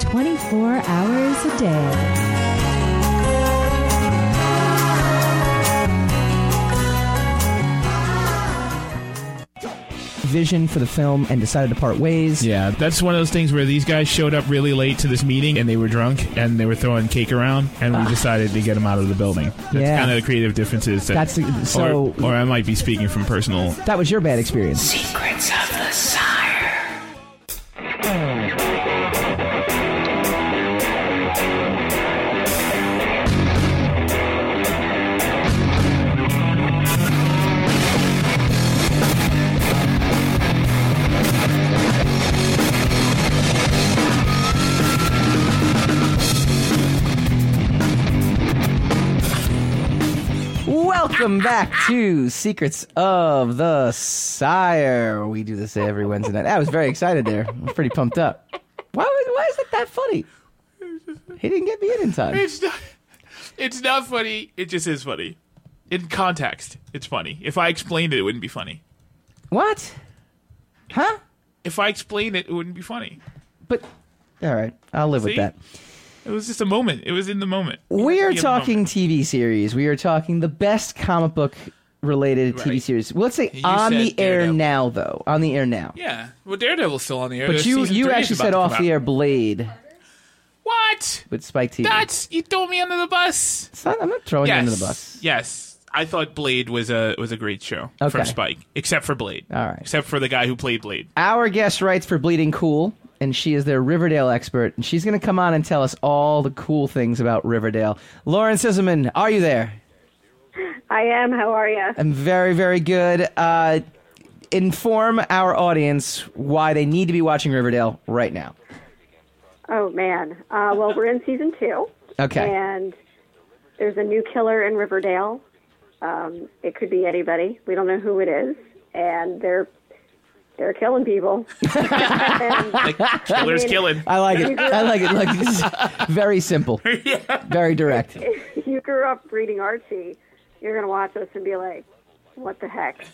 24 hours a day. vision for the film and decided to part ways. Yeah, that's one of those things where these guys showed up really late to this meeting and they were drunk and they were throwing cake around and we Ah. decided to get them out of the building. That's Yeah. kind of the creative differences. That, That's the- so- or, or I might be speaking from personal. That was your bad experience. Secrets of the Sire. Welcome back to Secrets of the Sire. We do this every Wednesday night. I was very excited there. I was pretty pumped up. Why, was, why is it that funny? He didn't get me in in time. It's not, it's not funny. It just is funny. In context, it's funny. If I explained it, it wouldn't be funny. What? Huh? If I explained it, it wouldn't be funny. All right, I'll live with See? that. It was just a moment. It was in the moment. We are in the moment. talking TV series. We are talking the best comic book related TV series. Well, let's say You on said the air now, though. On the air now. Yeah. Well, Daredevil's still on the air. But There's you season you three is actually about said to come off the out. air Blade What? with Spike TV. That's you throw me under the bus. It's not, I'm not throwing yes. you under the bus. Yes. I thought Blade was a was a great show Okay. from Spike, except for Blade. All right. Except for the guy who played Blade. Our guest writes for Bleeding Cool, and she is their Riverdale expert, and she's going to come on and tell us all the cool things about Riverdale. Lauren Sisman, are you there? I am. How are you? I'm very, very good. Uh, inform our audience why they need to be watching Riverdale right now. Oh man. Uh, well, we're in season two. Okay. And there's a new killer in Riverdale. Um, it could be anybody. We don't know who it is, and they're they're killing people. And- Killer's killing. I like it. I like it. Look, it's very simple, very direct. if you grew up reading Archie, you're gonna watch this and be like, "What the heck?"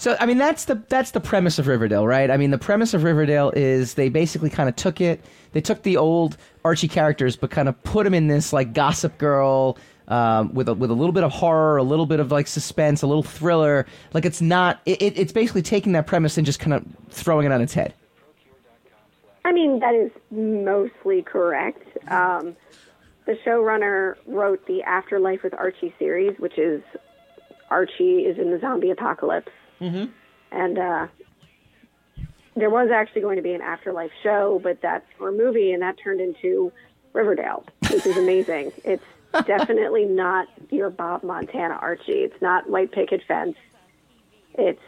So I mean that's the that's the premise of Riverdale, right? I mean the premise of Riverdale is they basically kind of took it, they took the old Archie characters, but kind of put them in this like Gossip Girl um, with a, with a little bit of horror, a little bit of like suspense, a little thriller. Like it's not it, it, it's basically taking that premise and just kind of throwing it on its head. I mean, that is mostly correct. Um, the showrunner wrote the Afterlife with Archie series, which is Archie is in the zombie apocalypse. Mm-hmm. And uh, there was actually going to be an afterlife show, but that's for a movie, and that turned into Riverdale, which is amazing. it's definitely not your Bob Montana Archie. It's not white picket fence. It's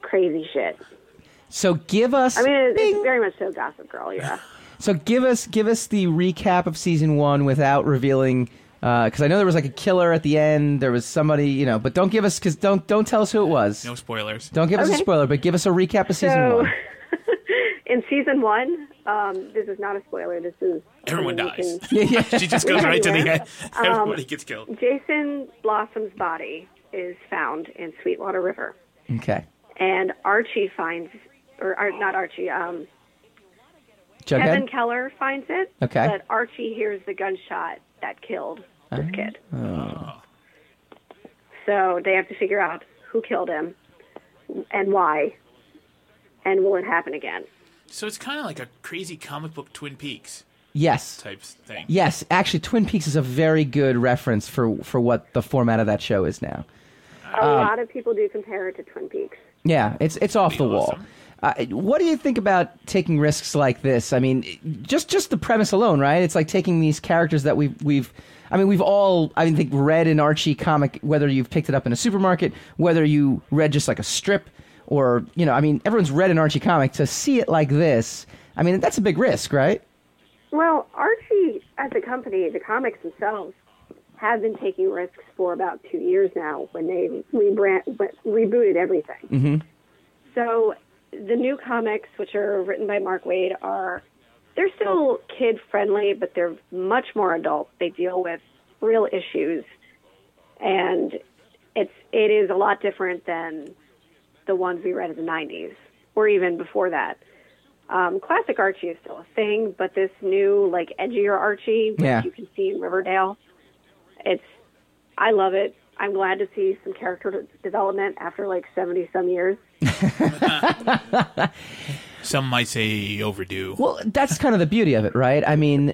crazy shit. So give us I mean, it, it's very much so Gossip Girl, yeah. so give us give us the recap of season one without revealing. Because I know there was like a killer at the end. There was somebody, you know, but don't give us because don't don't tell us who it was. No spoilers. Don't give us a Okay. spoiler, but give us a recap of season So- one. In season one, um, this is not a spoiler. This is Everyone I mean, dies. you can- she just goes right to the end. Um, Everybody gets killed. Jason Blossom's body is found in Sweetwater River, Okay. and Archie finds, or, Ar not Archie, um, Kevin Jughead? Keller finds it. Okay. But Archie hears the gunshot that killed this kid. Uh-huh. Oh. So they have to figure out who killed him and why, and will it happen again? So it's kind of like a crazy comic book Twin Peaks Yes. type thing. Yes, actually, Twin Peaks is a very good reference for, for what the format of that show is now. A Um, lot of people do compare it to Twin Peaks. Yeah, it's it's off the wall. Uh, what do you think about taking risks like this? I mean, just just the premise alone, right? It's like taking these characters that we've we've. I mean, we've all, I mean, think read an Archie comic, whether you've picked it up in a supermarket, whether you read just like a strip, or you know, I mean, everyone's read an Archie comic. To see it like this, I mean, that's a big risk, right? Well, Archie, as a company, the comics themselves have been taking risks for about two years now when they rebrand, rebooted everything. Mm-hmm. So the new comics, which are written by Mark Wade, are they're still kid friendly, but they're much more adult. They deal with real issues, and it's it is a lot different than the ones we read in the '90s or even before that. Um, classic Archie is still a thing, but this new like edgier Archie, which Yeah. you can see in Riverdale, it's I love it. I'm glad to see some character de- development after like 70 some years. Some might say overdue. Well, that's kind of the beauty of it, right? I mean,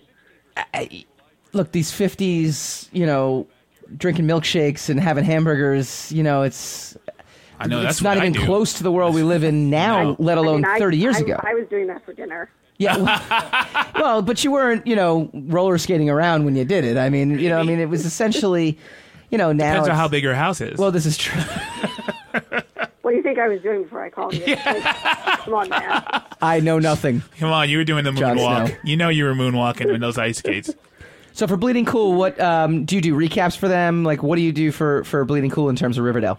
I, look, these 50s, you know, drinking milkshakes and having hamburgers, you know, it's. I know, it's that's not what I even do. close to the world we live in now, let I alone mean, I- 30 years I- ago. I was doing that for dinner. yeah. Well, well, but you weren't, you know, roller skating around when you did it. I mean, you know, I mean, it was essentially, you know, now. Depends on it's- how big your house is. Well, this is true. What do you think I was doing before I called you? Like, come on, man. I know nothing. Come on, you were doing the Jon moonwalk. Snow. You know you were moonwalking with those ice skates. So for Bleeding Cool, what um, do you do? Recaps for them? Like, what do you do for, for Bleeding Cool in terms of Riverdale?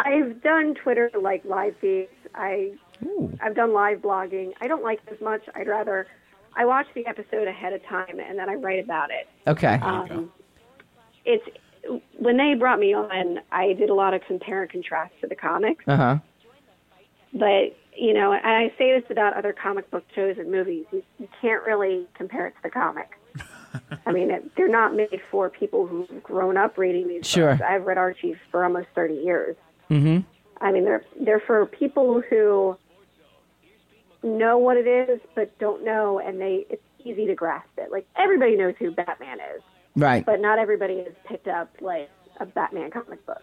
I've done Twitter like live feeds. I Ooh. I've done live blogging. I don't like it as much. I'd rather I watch the episode ahead of time and then I write about it. Okay. Um, it's when they brought me on, I did a lot of compare and contrast to the comics. Uh huh. But you know, and I say this about other comic book shows and movies. You, you can't really compare it to the comic. I mean, it, they're not made for people who've grown up reading these Sure. books. I've read Archie for almost thirty years. Mm I mean, they're they're for people who know what it is but don't know, and they it's easy to grasp it. Like everybody knows who Batman is, hmm. Right. but not everybody has picked up like a Batman comic book.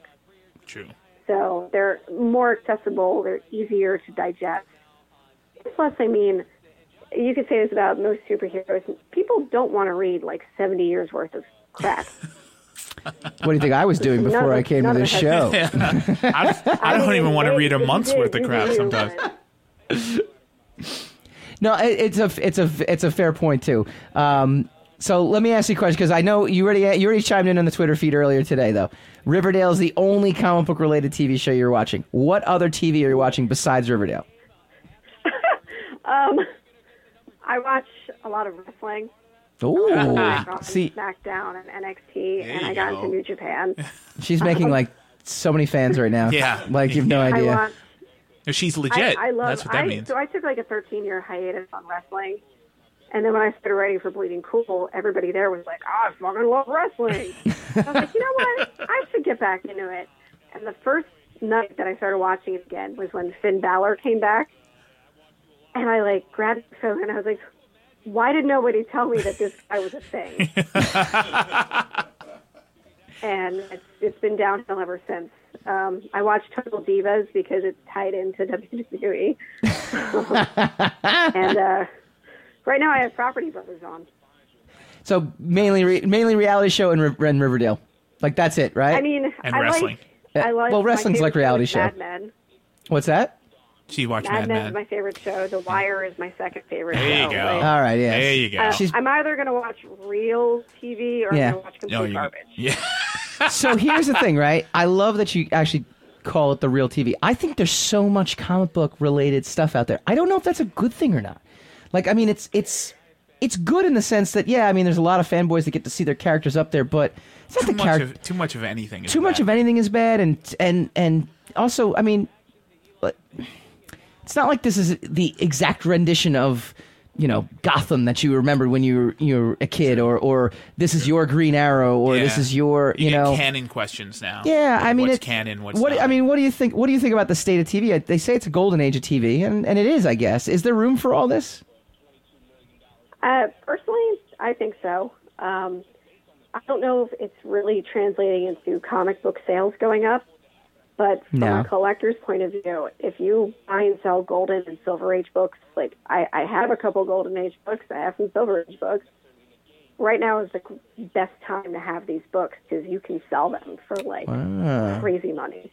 True. So they're more accessible. They're easier to digest. Plus, I mean, you could say this about most superheroes. People don't want to read like 70 years worth of crap. What do you think I was doing None before of I us- came to none of this us had- show? I don't, I don't even want to read a month's worth of crap sometimes. No, it, it's a it's a it's a fair point too. Um, so let me ask you a question because I know you already you already chimed in on the Twitter feed earlier today though. Riverdale is the only comic book related TV show you're watching. What other TV are you watching besides Riverdale? Um, I watch a lot of wrestling. Ooh, Like, Raw and see, SmackDown and NXT, and you I got go. into New Japan. she's making like so many fans right now. Yeah. like you've no idea. I watch. If she's legit, I, I love. that's what that I, means. So I took like a 13 year hiatus on wrestling, and then when I started writing for Bleeding Cool, everybody there was like, "Oh, I fucking love wrestling." I was like, you know what? I should get back into it. And the first night that I started watching it again was when Finn Balor came back, and I like grabbed the phone and I was like, "Why did nobody tell me that this guy was a thing?" and it's, it's been downhill ever since. Um, I watch Total Divas because it's tied into WWE. Um, and uh, right now I have Property Brothers on. So mainly re- mainly reality show and, Riv- and Riverdale. Like that's it, right? I mean, I like. I Uh, like well, my wrestling's favorite like reality show. is show. Mad Men. What's that? She watched Mad, Men is my favorite show. The Wire is my second favorite. There you show. go. Like, All right, yeah. There you go. I- She's- I'm either going to watch real TV or Yeah. I'm going to watch complete Oh, you- garbage. Yeah. so here's the thing, right? I love that you actually call it the real TV. I think there's so much comic book related stuff out there. I don't know if that's a good thing or not. Like, I mean, it's it's it's good in the sense that yeah, I mean, there's a lot of fanboys that get to see their characters up there, but it's not Too the much, character. of, too much of anything. is Too much bad. of anything is bad, and and and also, I mean, but it's not like this is the exact rendition of you know Gotham that you remembered when you were you were a kid, or or this is your Green Arrow, or this Yeah. is your you, you know get canon questions now. yeah, Like, I mean, what's it- canon? What's what? not? I mean, what do you think? What do you think about the state of TV? I- They say it's a golden age of TV, and, and it is, I guess. Is there room for all this? Uh, personally, I think so. Um, I don't know if it's really translating into comic book sales going up, but from No. a collector's point of view, if you buy and sell Golden and Silver Age books, like I, I have a couple Golden Age books, I have some Silver Age books. Right now is the best time to have these books because you can sell them for like Wow. crazy money.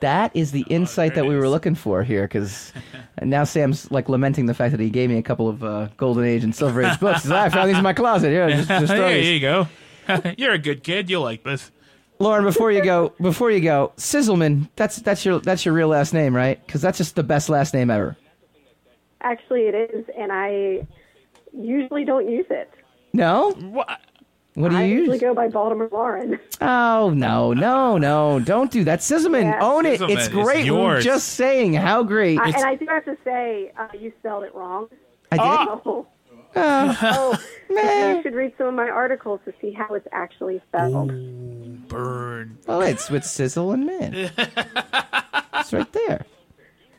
That is the Uh, insight that we were looking for here, because now Sam's like lamenting the fact that he gave me a couple of uh, golden age and silver age books. He says, I found these in my closet. Here, just, just throw there these." you go. You're a good kid. You'll like this. Lauren, before you go, before you go, Sizzleman. That's that's your that's your real last name, right? Because that's just the best last name ever. Actually, it is, and I usually don't use it. No. What? What do you I use? usually go by Baltimore Lauren. Oh no, no, no! Don't do that, Sizzleman. Yeah. Own it. Sizzleman, It's it's great. we were yours. just saying how great. I, and I do have to say, uh, you spelled it wrong. I did? Oh. Oh. Oh, you should read some of my articles to see how it's actually spelled. burn. Oh, it's with Sizzle and Min. it's right there.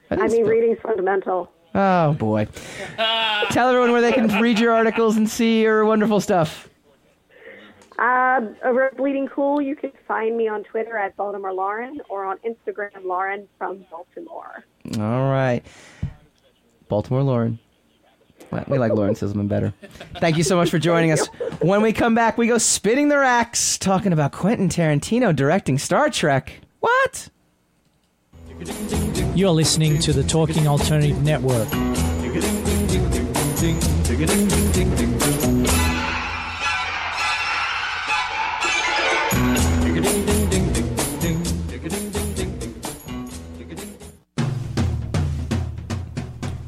That I is mean, bu- reading's fundamental. Oh boy! Tell everyone where they can read your articles and see your wonderful stuff. Uh, over at Bleeding Cool, you can find me on Twitter at Baltimore Lauren or on Instagram, Lauren from Baltimore. All right, Baltimore Lauren. Well, We like Lauren Sizzleman better. Thank you so much for joining us. When we come back, we go spinning the racks, talking about Quentin Tarantino directing Star Trek. What? You're listening to the Talking Alternative Network.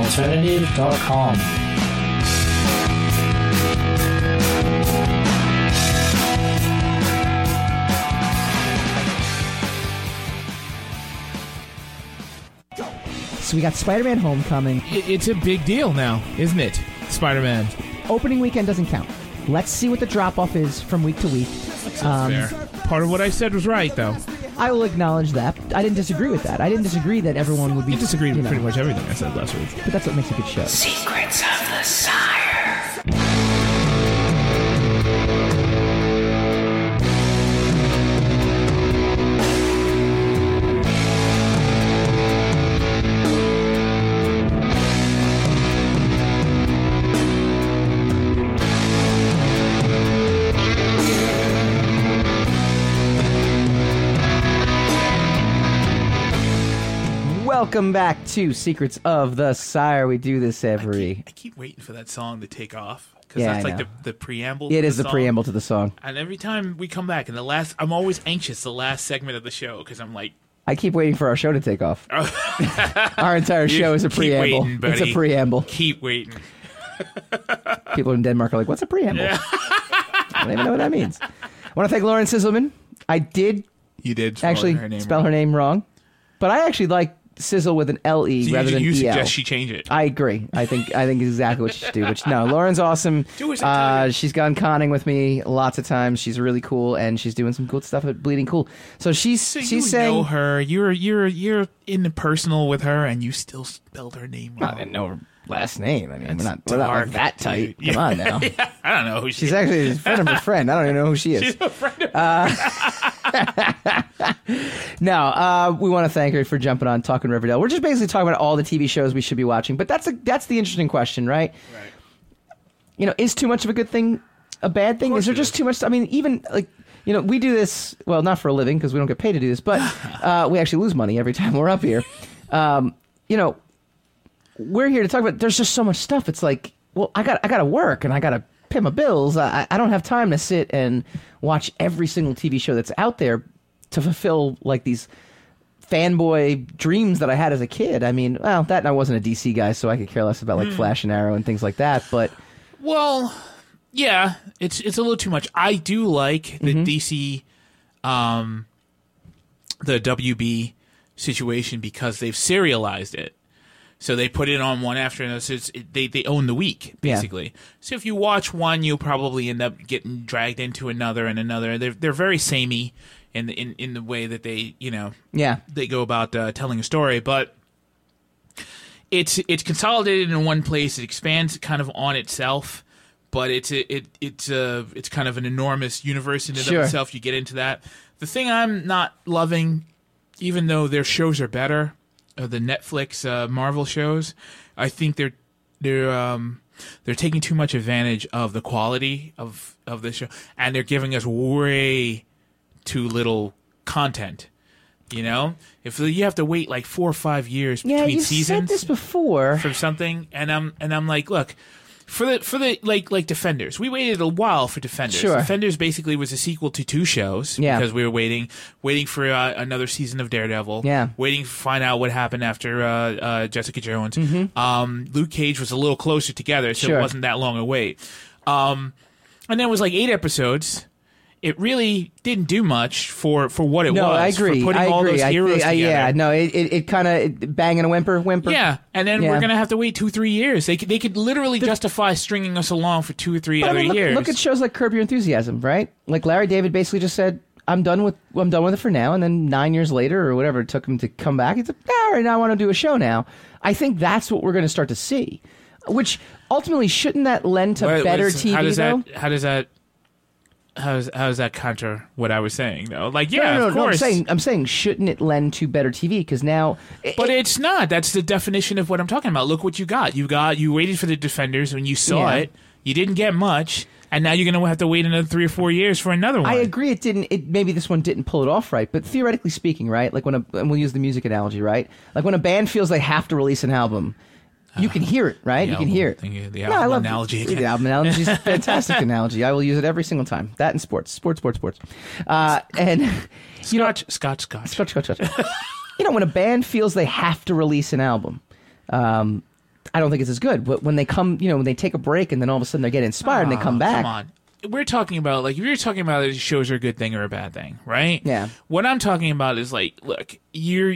TalkingAlternative.com. So we got Spider Man Homecoming. It's a big deal now, isn't it? Spider Man. Opening weekend doesn't count. Let's see what the drop off is from week to week. Um, Part of what I said was right, though. I will acknowledge that. I didn't disagree with that. I didn't disagree that everyone would be. I disagreed with pretty much everything I said last week. But that's what makes a good show. Secrets of the Sire. Welcome back to Secrets of the Sire. We do this every. I keep waiting for that song to take off because Yeah, that's I like the, know. the preamble. It to is the song. preamble to the song. And every time we come back, and the last, I'm always anxious the last segment of the show because I'm like, I keep waiting for our show to take off. our entire Oh. You show is a keep preamble. waiting, it's a buddy. preamble. Keep waiting. People in Denmark are like, "What's a preamble?" I don't even know what that means. I want to thank Lauren Sizzleman. I did. You did actually her name spell her name wrong, but I actually like sizzle with an L E So you- rather than you E L. suggest she change it. I agree. I think I think exactly what she should do. But no, Lauren's awesome. Do as I uh, she's gone conning with me lots of times. She's really cool, and she's doing some cool stuff at Bleeding Cool. So she's she's you saying know her. You're you're you're in the personal with her, and you still spelled her name wrong. I didn't know her last name. I mean, we're not, we're not like that tight. Come on now. I don't know. Who she She's actually a friend of a friend. I don't even know who she is. Uh, no, uh, we want to thank her for jumping on Talking Riverdale. We're just basically talking about all the TV shows we should be watching, but that's a, that's the interesting question, right? Right. You know, is too much of a good thing a bad thing? Is there just too much? I mean, even like. You know, we do this well, not for a living because we don't get paid to do this, but uh, we actually lose money every time we're up here. Um, you know, we're here to talk about there's just so much stuff it's like well i got i gotta work and i gotta pay my bills i, I don't have time to sit and watch every single tv show that's out there to fulfill like these fanboy dreams that i had as a kid i mean well that and i wasn't a dc guy so i could care less about like Hmm. flash and arrow and things like that but Well, yeah, it's it's a little too much. I do like the DC, um, the WB situation because they've serialized it. So they put it on one after another. So it's, it, they they own the week Yeah. basically. So if you watch one, you'll probably end up getting dragged into another and another. They're they're very samey in the, in in the way that they you know Yeah. they go about uh, telling a story, but it's it's consolidated in one place. It expands kind of on itself, but it's a, it it's a, it's kind of an enormous universe in and Sure. of itself. You get into that. The thing I'm not loving, even though their shows are better, uh, the Netflix uh, Marvel shows, I think they're they're um, they're taking too much advantage of the quality of of the show, and they're giving us way too little content. You know, if you have to wait like four or five years yeah between you seasons said this before for something, and I'm and I'm like, look, for the for the like like Defenders. We waited a while for Defenders. Sure. Defenders basically was a sequel to two shows Yeah. because we were waiting waiting for uh, another season of Daredevil. Yeah. waiting to find out what happened after uh, uh, Jessica Jones. Um, Luke Cage was a little closer together, so Mm-hmm. Sure. it wasn't that long a wait. Um, and then it was like eight episodes. It really didn't do much for, for what it no, was. I for agree. putting I all agree. those I heroes think- I- together. yeah, no, it it, it kind of bang and a whimper, whimper. Yeah, and then Yeah. we're gonna have to wait two, three years. They could, they could literally justify stringing us along for two or three But I other mean, look, years. look at shows like Curb Your Enthusiasm, right? Like Larry David basically just said, "I'm done with I'm done with it for now," and then nine years later or whatever it took him to come back, it's like, all right, now I want to do a show now. I think that's what we're going to start to see, which ultimately shouldn't that lend to Wait, better listen, TV How does though? that? How does that? How does how does that counter what I was saying though? Like, no, yeah, no, no, of no, I'm course. saying I'm saying shouldn't it lend to better TV because now but it's not. That's the definition of what I'm talking about. Look what you got. You got you waited for the defenders when you saw Yeah. it. You didn't get much, and now you're gonna have to wait another three or four years for another one. I agree. It didn't. It maybe this one didn't pull it off right, but theoretically speaking, right? Like when a and we'll use the music analogy, right? Like when a band feels they have to release an album, you can hear it, right? the you can album hear it. thing- the No, album I love analogy The, again. album analogy is a fantastic analogy. I will use it every single time. That and sports, sports, sports, sports, uh, and you know, Scotch, Scotch, Scotch, Scotch, Scotch. you know, when a band feels they have to release an album. Um, I don't think it's as good, but when they come, you know, when they take a break and then all of a sudden they get inspired and they Oh, come back. Come on. We're talking about like if you're talking about if shows are a good thing or a bad thing, right? Yeah. What I'm talking about is like, look, you're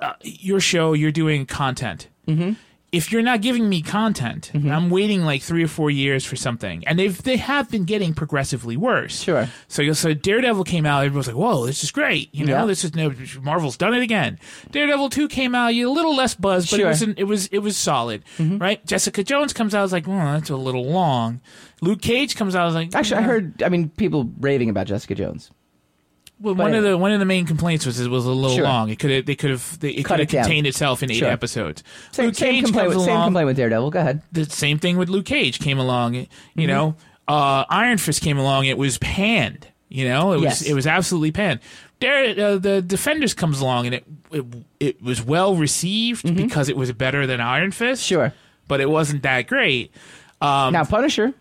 uh, your show, you're doing content. Mhm. If you're not giving me content, Mm-hmm. I'm waiting like three or four years for something, and they've they have been getting progressively worse. Sure. So you- so Daredevil came out, everyone was like, "Whoa, this is great!" You know, Yeah. this is no Marvel's done it again. Daredevil two came out, you a little less buzz, but Sure. it was an, it was it was solid, Mm-hmm. right? Jessica Jones comes out, I was like, "Well, that's a little long." Luke Cage comes out, I was like, Actually, I "Mm." heard. I mean, people raving about Jessica Jones. Well, But one of anyway. the one of the main complaints was it was a little Sure. long. It could have they could have they- it Cut could have it down. contained itself in eight Sure. episodes. Same, Luke same Cage complaint. comes With, same along. complaint with Daredevil. Go ahead. The same thing with Luke Cage came along. You Mhm. know, uh, Iron Fist came along. It was panned. You know, it was Yes. it was absolutely panned. Dare, uh, the Defenders comes along and it it, it was well received because it was better than Iron Fist. Mm-hmm. Sure, but it wasn't that great. Um, now Punisher.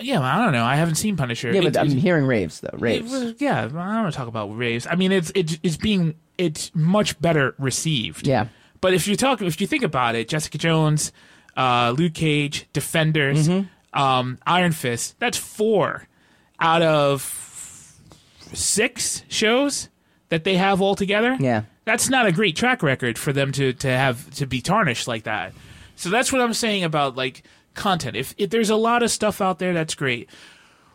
Yeah, well, I don't know. I haven't seen Punisher. Yeah, but It's- I'm it's- hearing raves though. Raves. it was- yeah, I don't want to talk about raves. I mean, it's it's it's being it's much better received. yeah. But if you talk, if you think about it, Jessica Jones, uh, Luke Cage, Defenders, Mm-hmm. um, Iron Fist. That's four out of six shows that they have altogether. Yeah. That's not a great track record for them to to have to be tarnished like that. So that's what I'm saying about like content. If if there's a lot of stuff out there, that's great.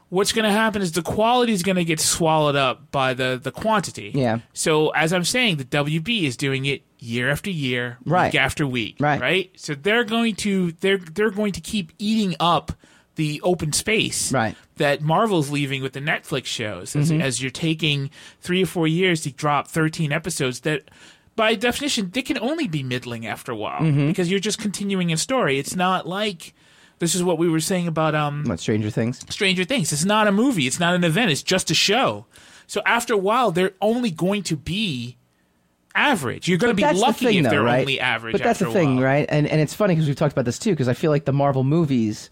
What's going to happen is the quality is going to get swallowed up by the the quantity. Yeah. So as I'm saying, the WB is doing it year after year, Right. week after week, Right. Right. So they're going to they're they're going to keep eating up the open space Right. that Marvel's leaving with the Netflix shows as, Mhm. as you're taking three or four years to drop 13 episodes that by definition they can only be middling after a while Mhm. because you're just continuing a story it's not like this is what we were saying about um What Stranger Things? Stranger Things. It's not a movie. It's not an event. It's just a show. So after a while, they're only going to be average. You're going to But that's be the lucky thing, if though, they're right? only average. But that's after the a thing, while. right? And and it's funny because we've talked about this too. Because I feel like the Marvel movies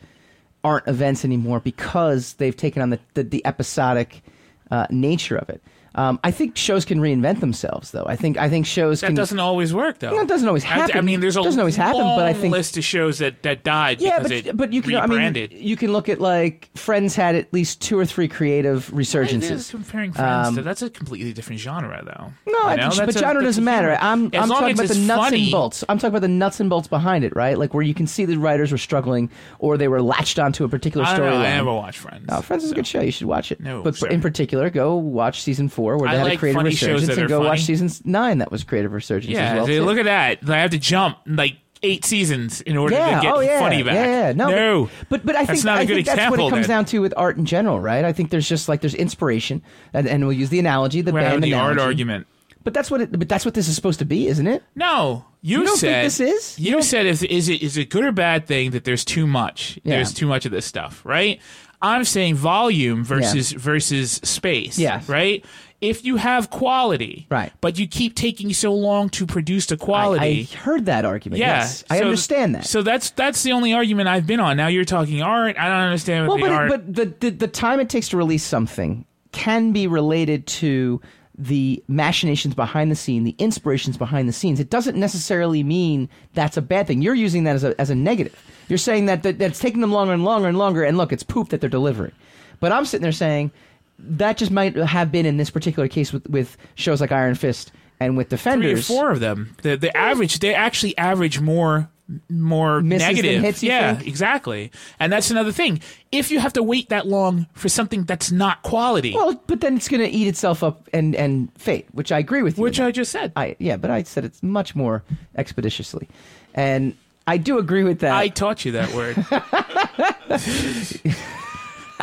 aren't events anymore because they've taken on the the, the episodic uh, nature of it. Um, I think shows can reinvent themselves, though. I think I think shows That can. doesn't always work, though. No, it doesn't always I- I, happen. mean, there's a Doesn't always happen, long but I think- list of shows that, that died yeah, because but it but you can rebranded. I mean you can look at like Friends had at least two or three creative resurgences. It is comparing friends Um, to, that's a completely different genre, though. No, You I know, think- that's but a- genre that's a doesn't matter. humor. I'm, As I'm long talking as about the it's nuts funny, and bolts. I'm talking about the nuts and bolts behind it, right? Like where you can see the writers were struggling or they were latched onto a particular I don't know, storyline. I never watched Friends. No, Friends is a good show. You should watch it. No, but sir. in particular, go watch season four where they I had a like creative funny shows resurgence, that and are go watch funny. season nine that was creative resurgence Yeah, as well. they- too. look at that. I have to jump like eight seasons in order yeah. to get oh, yeah. funny back. Yeah, yeah. No, no. But, but, but I That's think, not a I good think that's what example, it comes then. down to with art in general, right? I think there's just like there's inspiration, and, and we'll use the analogy, the We're band having the art analogy. argument. But that's what it, but that's what this is supposed to be, isn't it? No, you, You don't think said this is? You, said if is it is it good or bad thing that there's too much? Yeah. There's too much of this stuff, right? I'm saying volume versus versus space. Yes. Right. if you have quality, right, but you keep taking so long to produce the quality. I heard that argument. Yeah, Yes, I so- understand that. So that's that's the only argument I've been on. Now you're talking art. I don't understand well, what but the it, art. but the, the the time it takes to release something can be related to the machinations behind the scene, the inspirations behind the scenes. It doesn't necessarily mean that's a bad thing. You're using that as a as a negative. You're saying that, that that's taking them longer and longer and longer. And look, it's poop that they're delivering. But I'm sitting there saying that just might have been in this particular case with with shows like Iron Fist and with three or Defenders. four of them. The the average they actually average more more Misses than negative. hits, you yeah, think? exactly. And that's another thing. If you have to wait that long for something that's not quality, Well, but then it's going to eat itself up and and fade, which I agree with you. Which I just said. I yeah, but I said it's much more expeditiously, and I do agree with that. I taught you that word.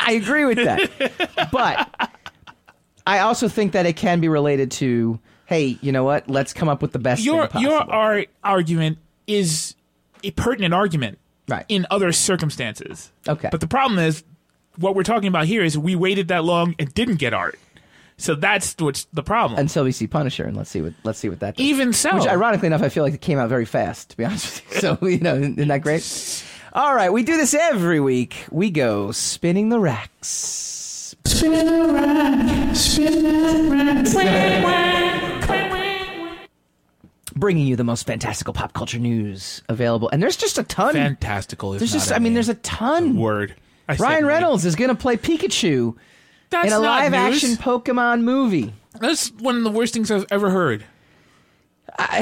I agree with that, but I also think that it can be related to hey, you know what? Let's come up with the best. your thing possible. your art argument is a pertinent argument right. in other circumstances. Okay. But the problem is what we're talking about here is we waited that long and didn't get art. So that's what's the problem. until we see Punisher, and let's see what let's see what that does. Even so. Which, ironically enough, I feel like it came out very fast. To be honest, with you. so you know, isn't that great? All right, we do this every week. We go spinning the racks. Spin around, spin around, spin bringing you the most fantastical pop culture news available. And there's just a ton. Fantastical is There's not just, a I mean, there's a ton. Word. I said Ryan word. Reynolds is going to play Pikachu That's in a not live news. action Pokemon movie. That's one of the worst things I've ever heard.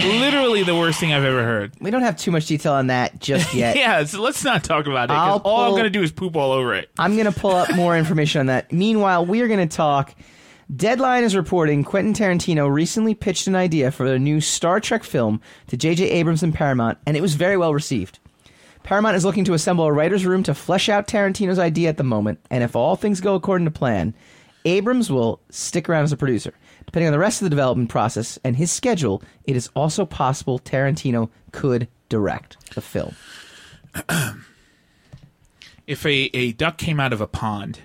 Literally the worst thing I've ever heard. We don't have too much detail on that just yet. yeah, so let's not talk about it. 'cause I'll all I'm pull- going to do is poop all over it. I'm going to pull up more information on that. Meanwhile, we are going to talk. Deadline is reporting Quentin Tarantino recently pitched an idea for a new Star Trek film to J.J. Abrams and Paramount, and it was very well received. Paramount is looking to assemble a writer's room to flesh out Tarantino's idea at the moment, and if all things go according to plan, Abrams will stick around as a producer. Depending on the rest of the development process and his schedule, it is also possible Tarantino could direct the film. If a, a duck came out of a pond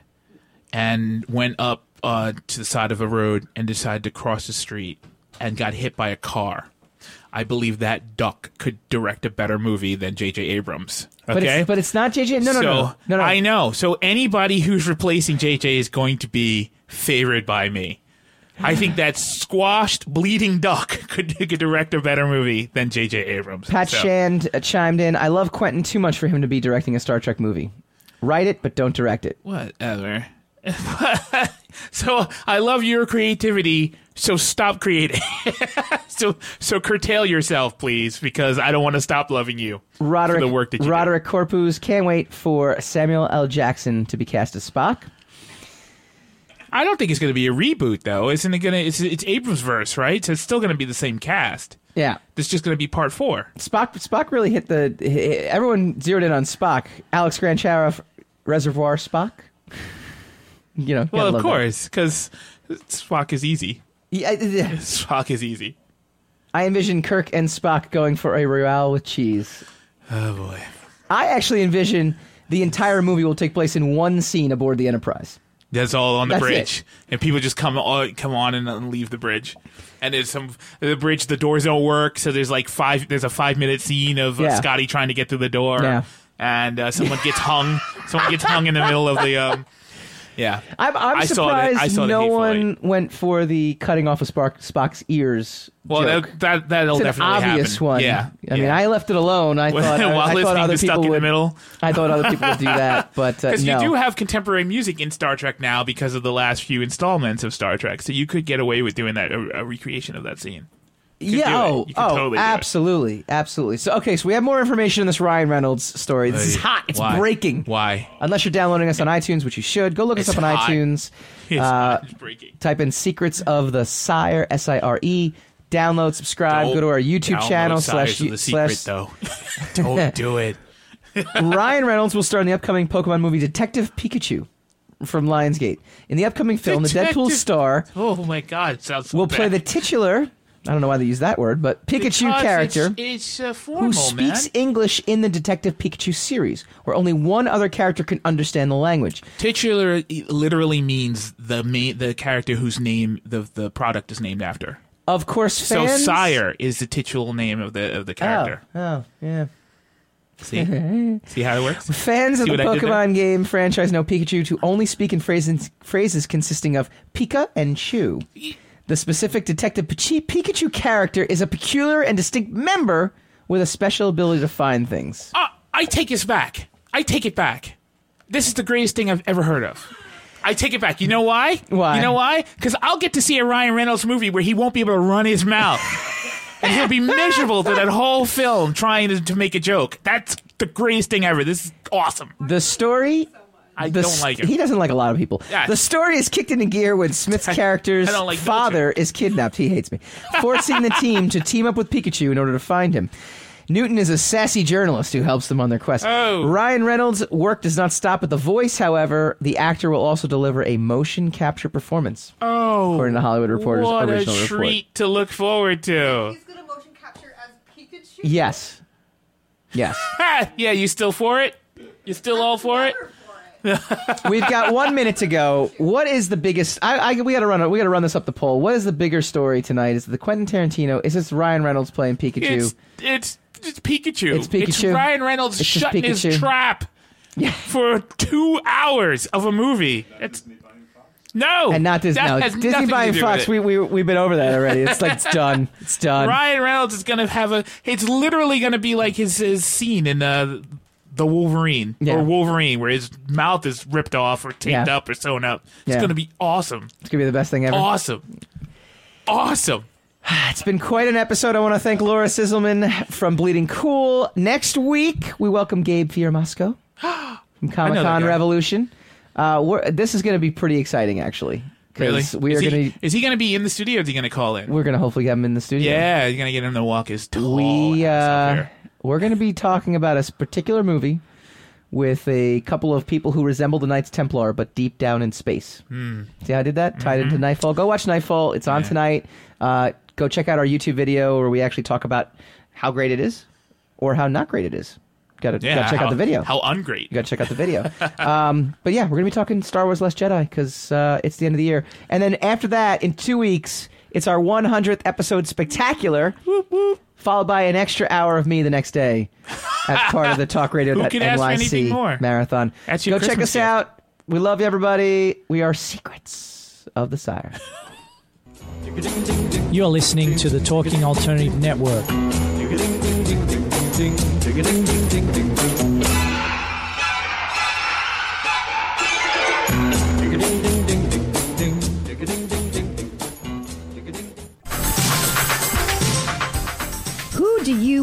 and went up uh, to the side of a road and decided to cross the street and got hit by a car, I believe that duck could direct a better movie than J.J. Abrams. Okay? But, it's, but it's not J.J. No, no, so, no, no. no, no. I know. So anybody who's replacing JJ is going to be favored by me. I think that squashed bleeding duck could, could direct a better movie than JJ Abrams. Pat So, Shand uh, chimed in. I love Quentin too much for him to be directing a Star Trek movie. Write it, but don't direct it. Whatever. so I love your creativity. So stop creating. so so curtail yourself, please, because I don't want to stop loving you. Roderick, for the work that you Roderick Corpus can't wait for Samuel L. Jackson to be cast as Spock. I don't think it's going to be a reboot, though. Isn't it going to? It's, it's Abrams verse, right? So it's still going to be the same cast. Yeah, It's just going to be part four. Spock. Spock really hit the. h- h- Everyone zeroed in on Spock. Alex Granchara, Reservoir Spock. You know, gotta Well, of love that. course, because Spock is easy. Yeah, yeah. Spock is easy. I envision Kirk and Spock going for a royale with cheese. Oh boy. I actually envision the entire movie will take place in one scene aboard the Enterprise. That's all on the That's it. bridge, and people just come on, come on and, and leave the bridge. And there's some the bridge. The doors don't work, so there's like five. There's a five minute scene of uh, Yeah. Scotty trying to get through the door, Yeah. and uh, someone gets hung. Someone gets hung in the middle of the. Um, yeah, I'm, I'm I saw that- I surprised saw that no hateful one went for the cutting off of Spark, Spock's ears. Well, joke. that, that that'll it's an definitely obvious happen. one. Yeah, I mean, I left it alone. I While thought I, I listening thought to other Stuck people in the would. Middle. I thought other people would do that, but uh, Because no. you do have contemporary music in Star Trek now because of the last few installments of Star Trek, so you could get away with doing that a, a recreation of that scene. You could yeah, do it. oh, You could oh totally do it. absolutely, absolutely. So, okay, so we have more information on this Ryan Reynolds story. This is Hey, hot. It's why? breaking. Why? Unless you're downloading us on iTunes, which you should. Go look us It's up on hot. iTunes. Uh, It's hot. It's Type in "Secrets of the Sire" S I R E. Download, subscribe. Don't go to our YouTube download channel Sires slash of the secret slash- though. Don't do it. Ryan Reynolds will star in the upcoming Pokemon movie Detective Pikachu from Lionsgate. In the upcoming film, the Deadpool Detective- star Oh my god, it sounds so will bad. play the titular I don't know why they use that word, but Pikachu Because character It's, it's uh, formal, who man. speaks English in the Detective Pikachu series, where only one other character can understand the language. Titular literally means the main, the character whose name the the product is named after. Of course, So fans- sire is the titular name of the of the character. Oh, oh yeah. Oh. See, see how it works. Fans of See the what I did there? Pokemon game franchise know Pikachu to only speak in phrases, phrases consisting of Pika and Chew. The specific Detective Pichi- Pikachu character is a peculiar and distinct member with a special ability to find things. Uh, I take this back. I take it back. This is the greatest thing I've ever heard of. I take it back. You know why? Why? You know why? Because I'll get to see a Ryan Reynolds movie where he won't be able to run his mouth. and he'll be miserable through that whole film trying to, to make a joke. That's the greatest thing ever. This is awesome. The story. I the don't s- like it. He doesn't like a lot of people. Yeah. The story is kicked into gear when Smith's character's I don't like father is kidnapped. He hates me. Forcing the team to team up with Pikachu in order to find him. Newton is a sassy journalist who helps them on their quest. Oh. Ryan Reynolds' work does not stop at the voice, however. The actor will also deliver a motion capture performance. Oh. According to Hollywood Reporter's what a original treat report. to look forward to. Yes. Yes. Ha! yeah, you still for it? You still all for it? We've got one minute to go. What is the biggest? I, I we got to run. We got to run this up the poll. What is the bigger story tonight? Is it the Quentin Tarantino? Is this Ryan Reynolds playing Pikachu? It's, it's it's Pikachu. It's Pikachu. Ryan Reynolds It's just shutting his Pikachu. trap for two hours of a movie. It's, no, and not Disney. that No, has Disney nothing to buying do Fox. with it. We we we've been over that already. It's like it's done. It's done. Ryan Reynolds is gonna have a. It's literally gonna be like his his scene in uh, the Wolverine Yeah. or Wolverine, where his mouth is ripped off or taped Yeah. up or sewn up. It's Yeah. gonna be awesome, It's gonna be the best thing ever. awesome, awesome. It's been quite an episode. I want to thank Laura Sizzleman from Bleeding Cool. Next week we welcome Gabe Fiermasco from I know Comic that Con guy. Revolution. Uh, we're, this is going to be pretty exciting, actually. Really, 'cause We is, are he, going to is he gonna be in the studio? Or is he gonna call in? we're going to hopefully have him in the studio. Yeah, you're gonna get him to walk his tall. we uh, there. we're going to be talking about a s- particular movie with a couple of people who resemble the Knights Templar, but deep down in space. Hmm. Mm-hmm. See how I did that? Tied into Nightfall. Go watch Nightfall. It's on tonight. Uh, go check out our YouTube video where we actually talk about how great it is or how not great it is. Got to Yeah, check how- out the video. How ungreat! You got to check out the video. um, but yeah, we're going to be talking Star Wars Last Jedi because uh, it's the end of the year. And then after that, in two weeks, it's our 100th episode spectacular, followed by an extra hour of me the next day as part of the Talk Radio Who dot could ask for anything NYC more? marathon. That's Go your check Christmas us gift. out. We love you, everybody. We are Secrets of the Sire. You're listening to the Talking Alternative Network. Who do you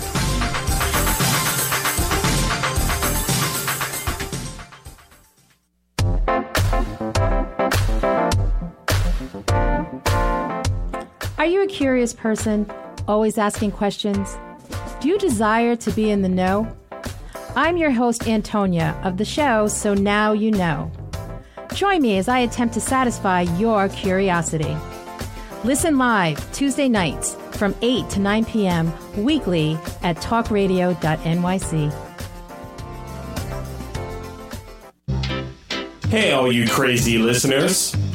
Are you a curious person, always asking questions? Do you desire to be in the know? I'm your host, Antonia, of the show So Now You Know. Join me as I attempt to satisfy your curiosity. Listen live Tuesday nights from 8 to 9 p.m. weekly at talkradio.nyc. Hey, all you crazy listeners.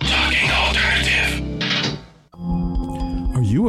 Talking Alternative. Are you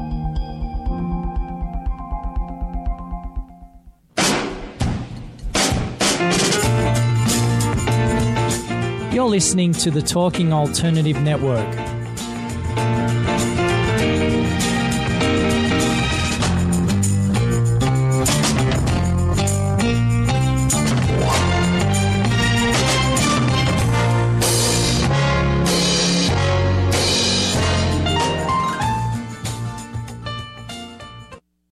You're listening to the Talking Alternative Network.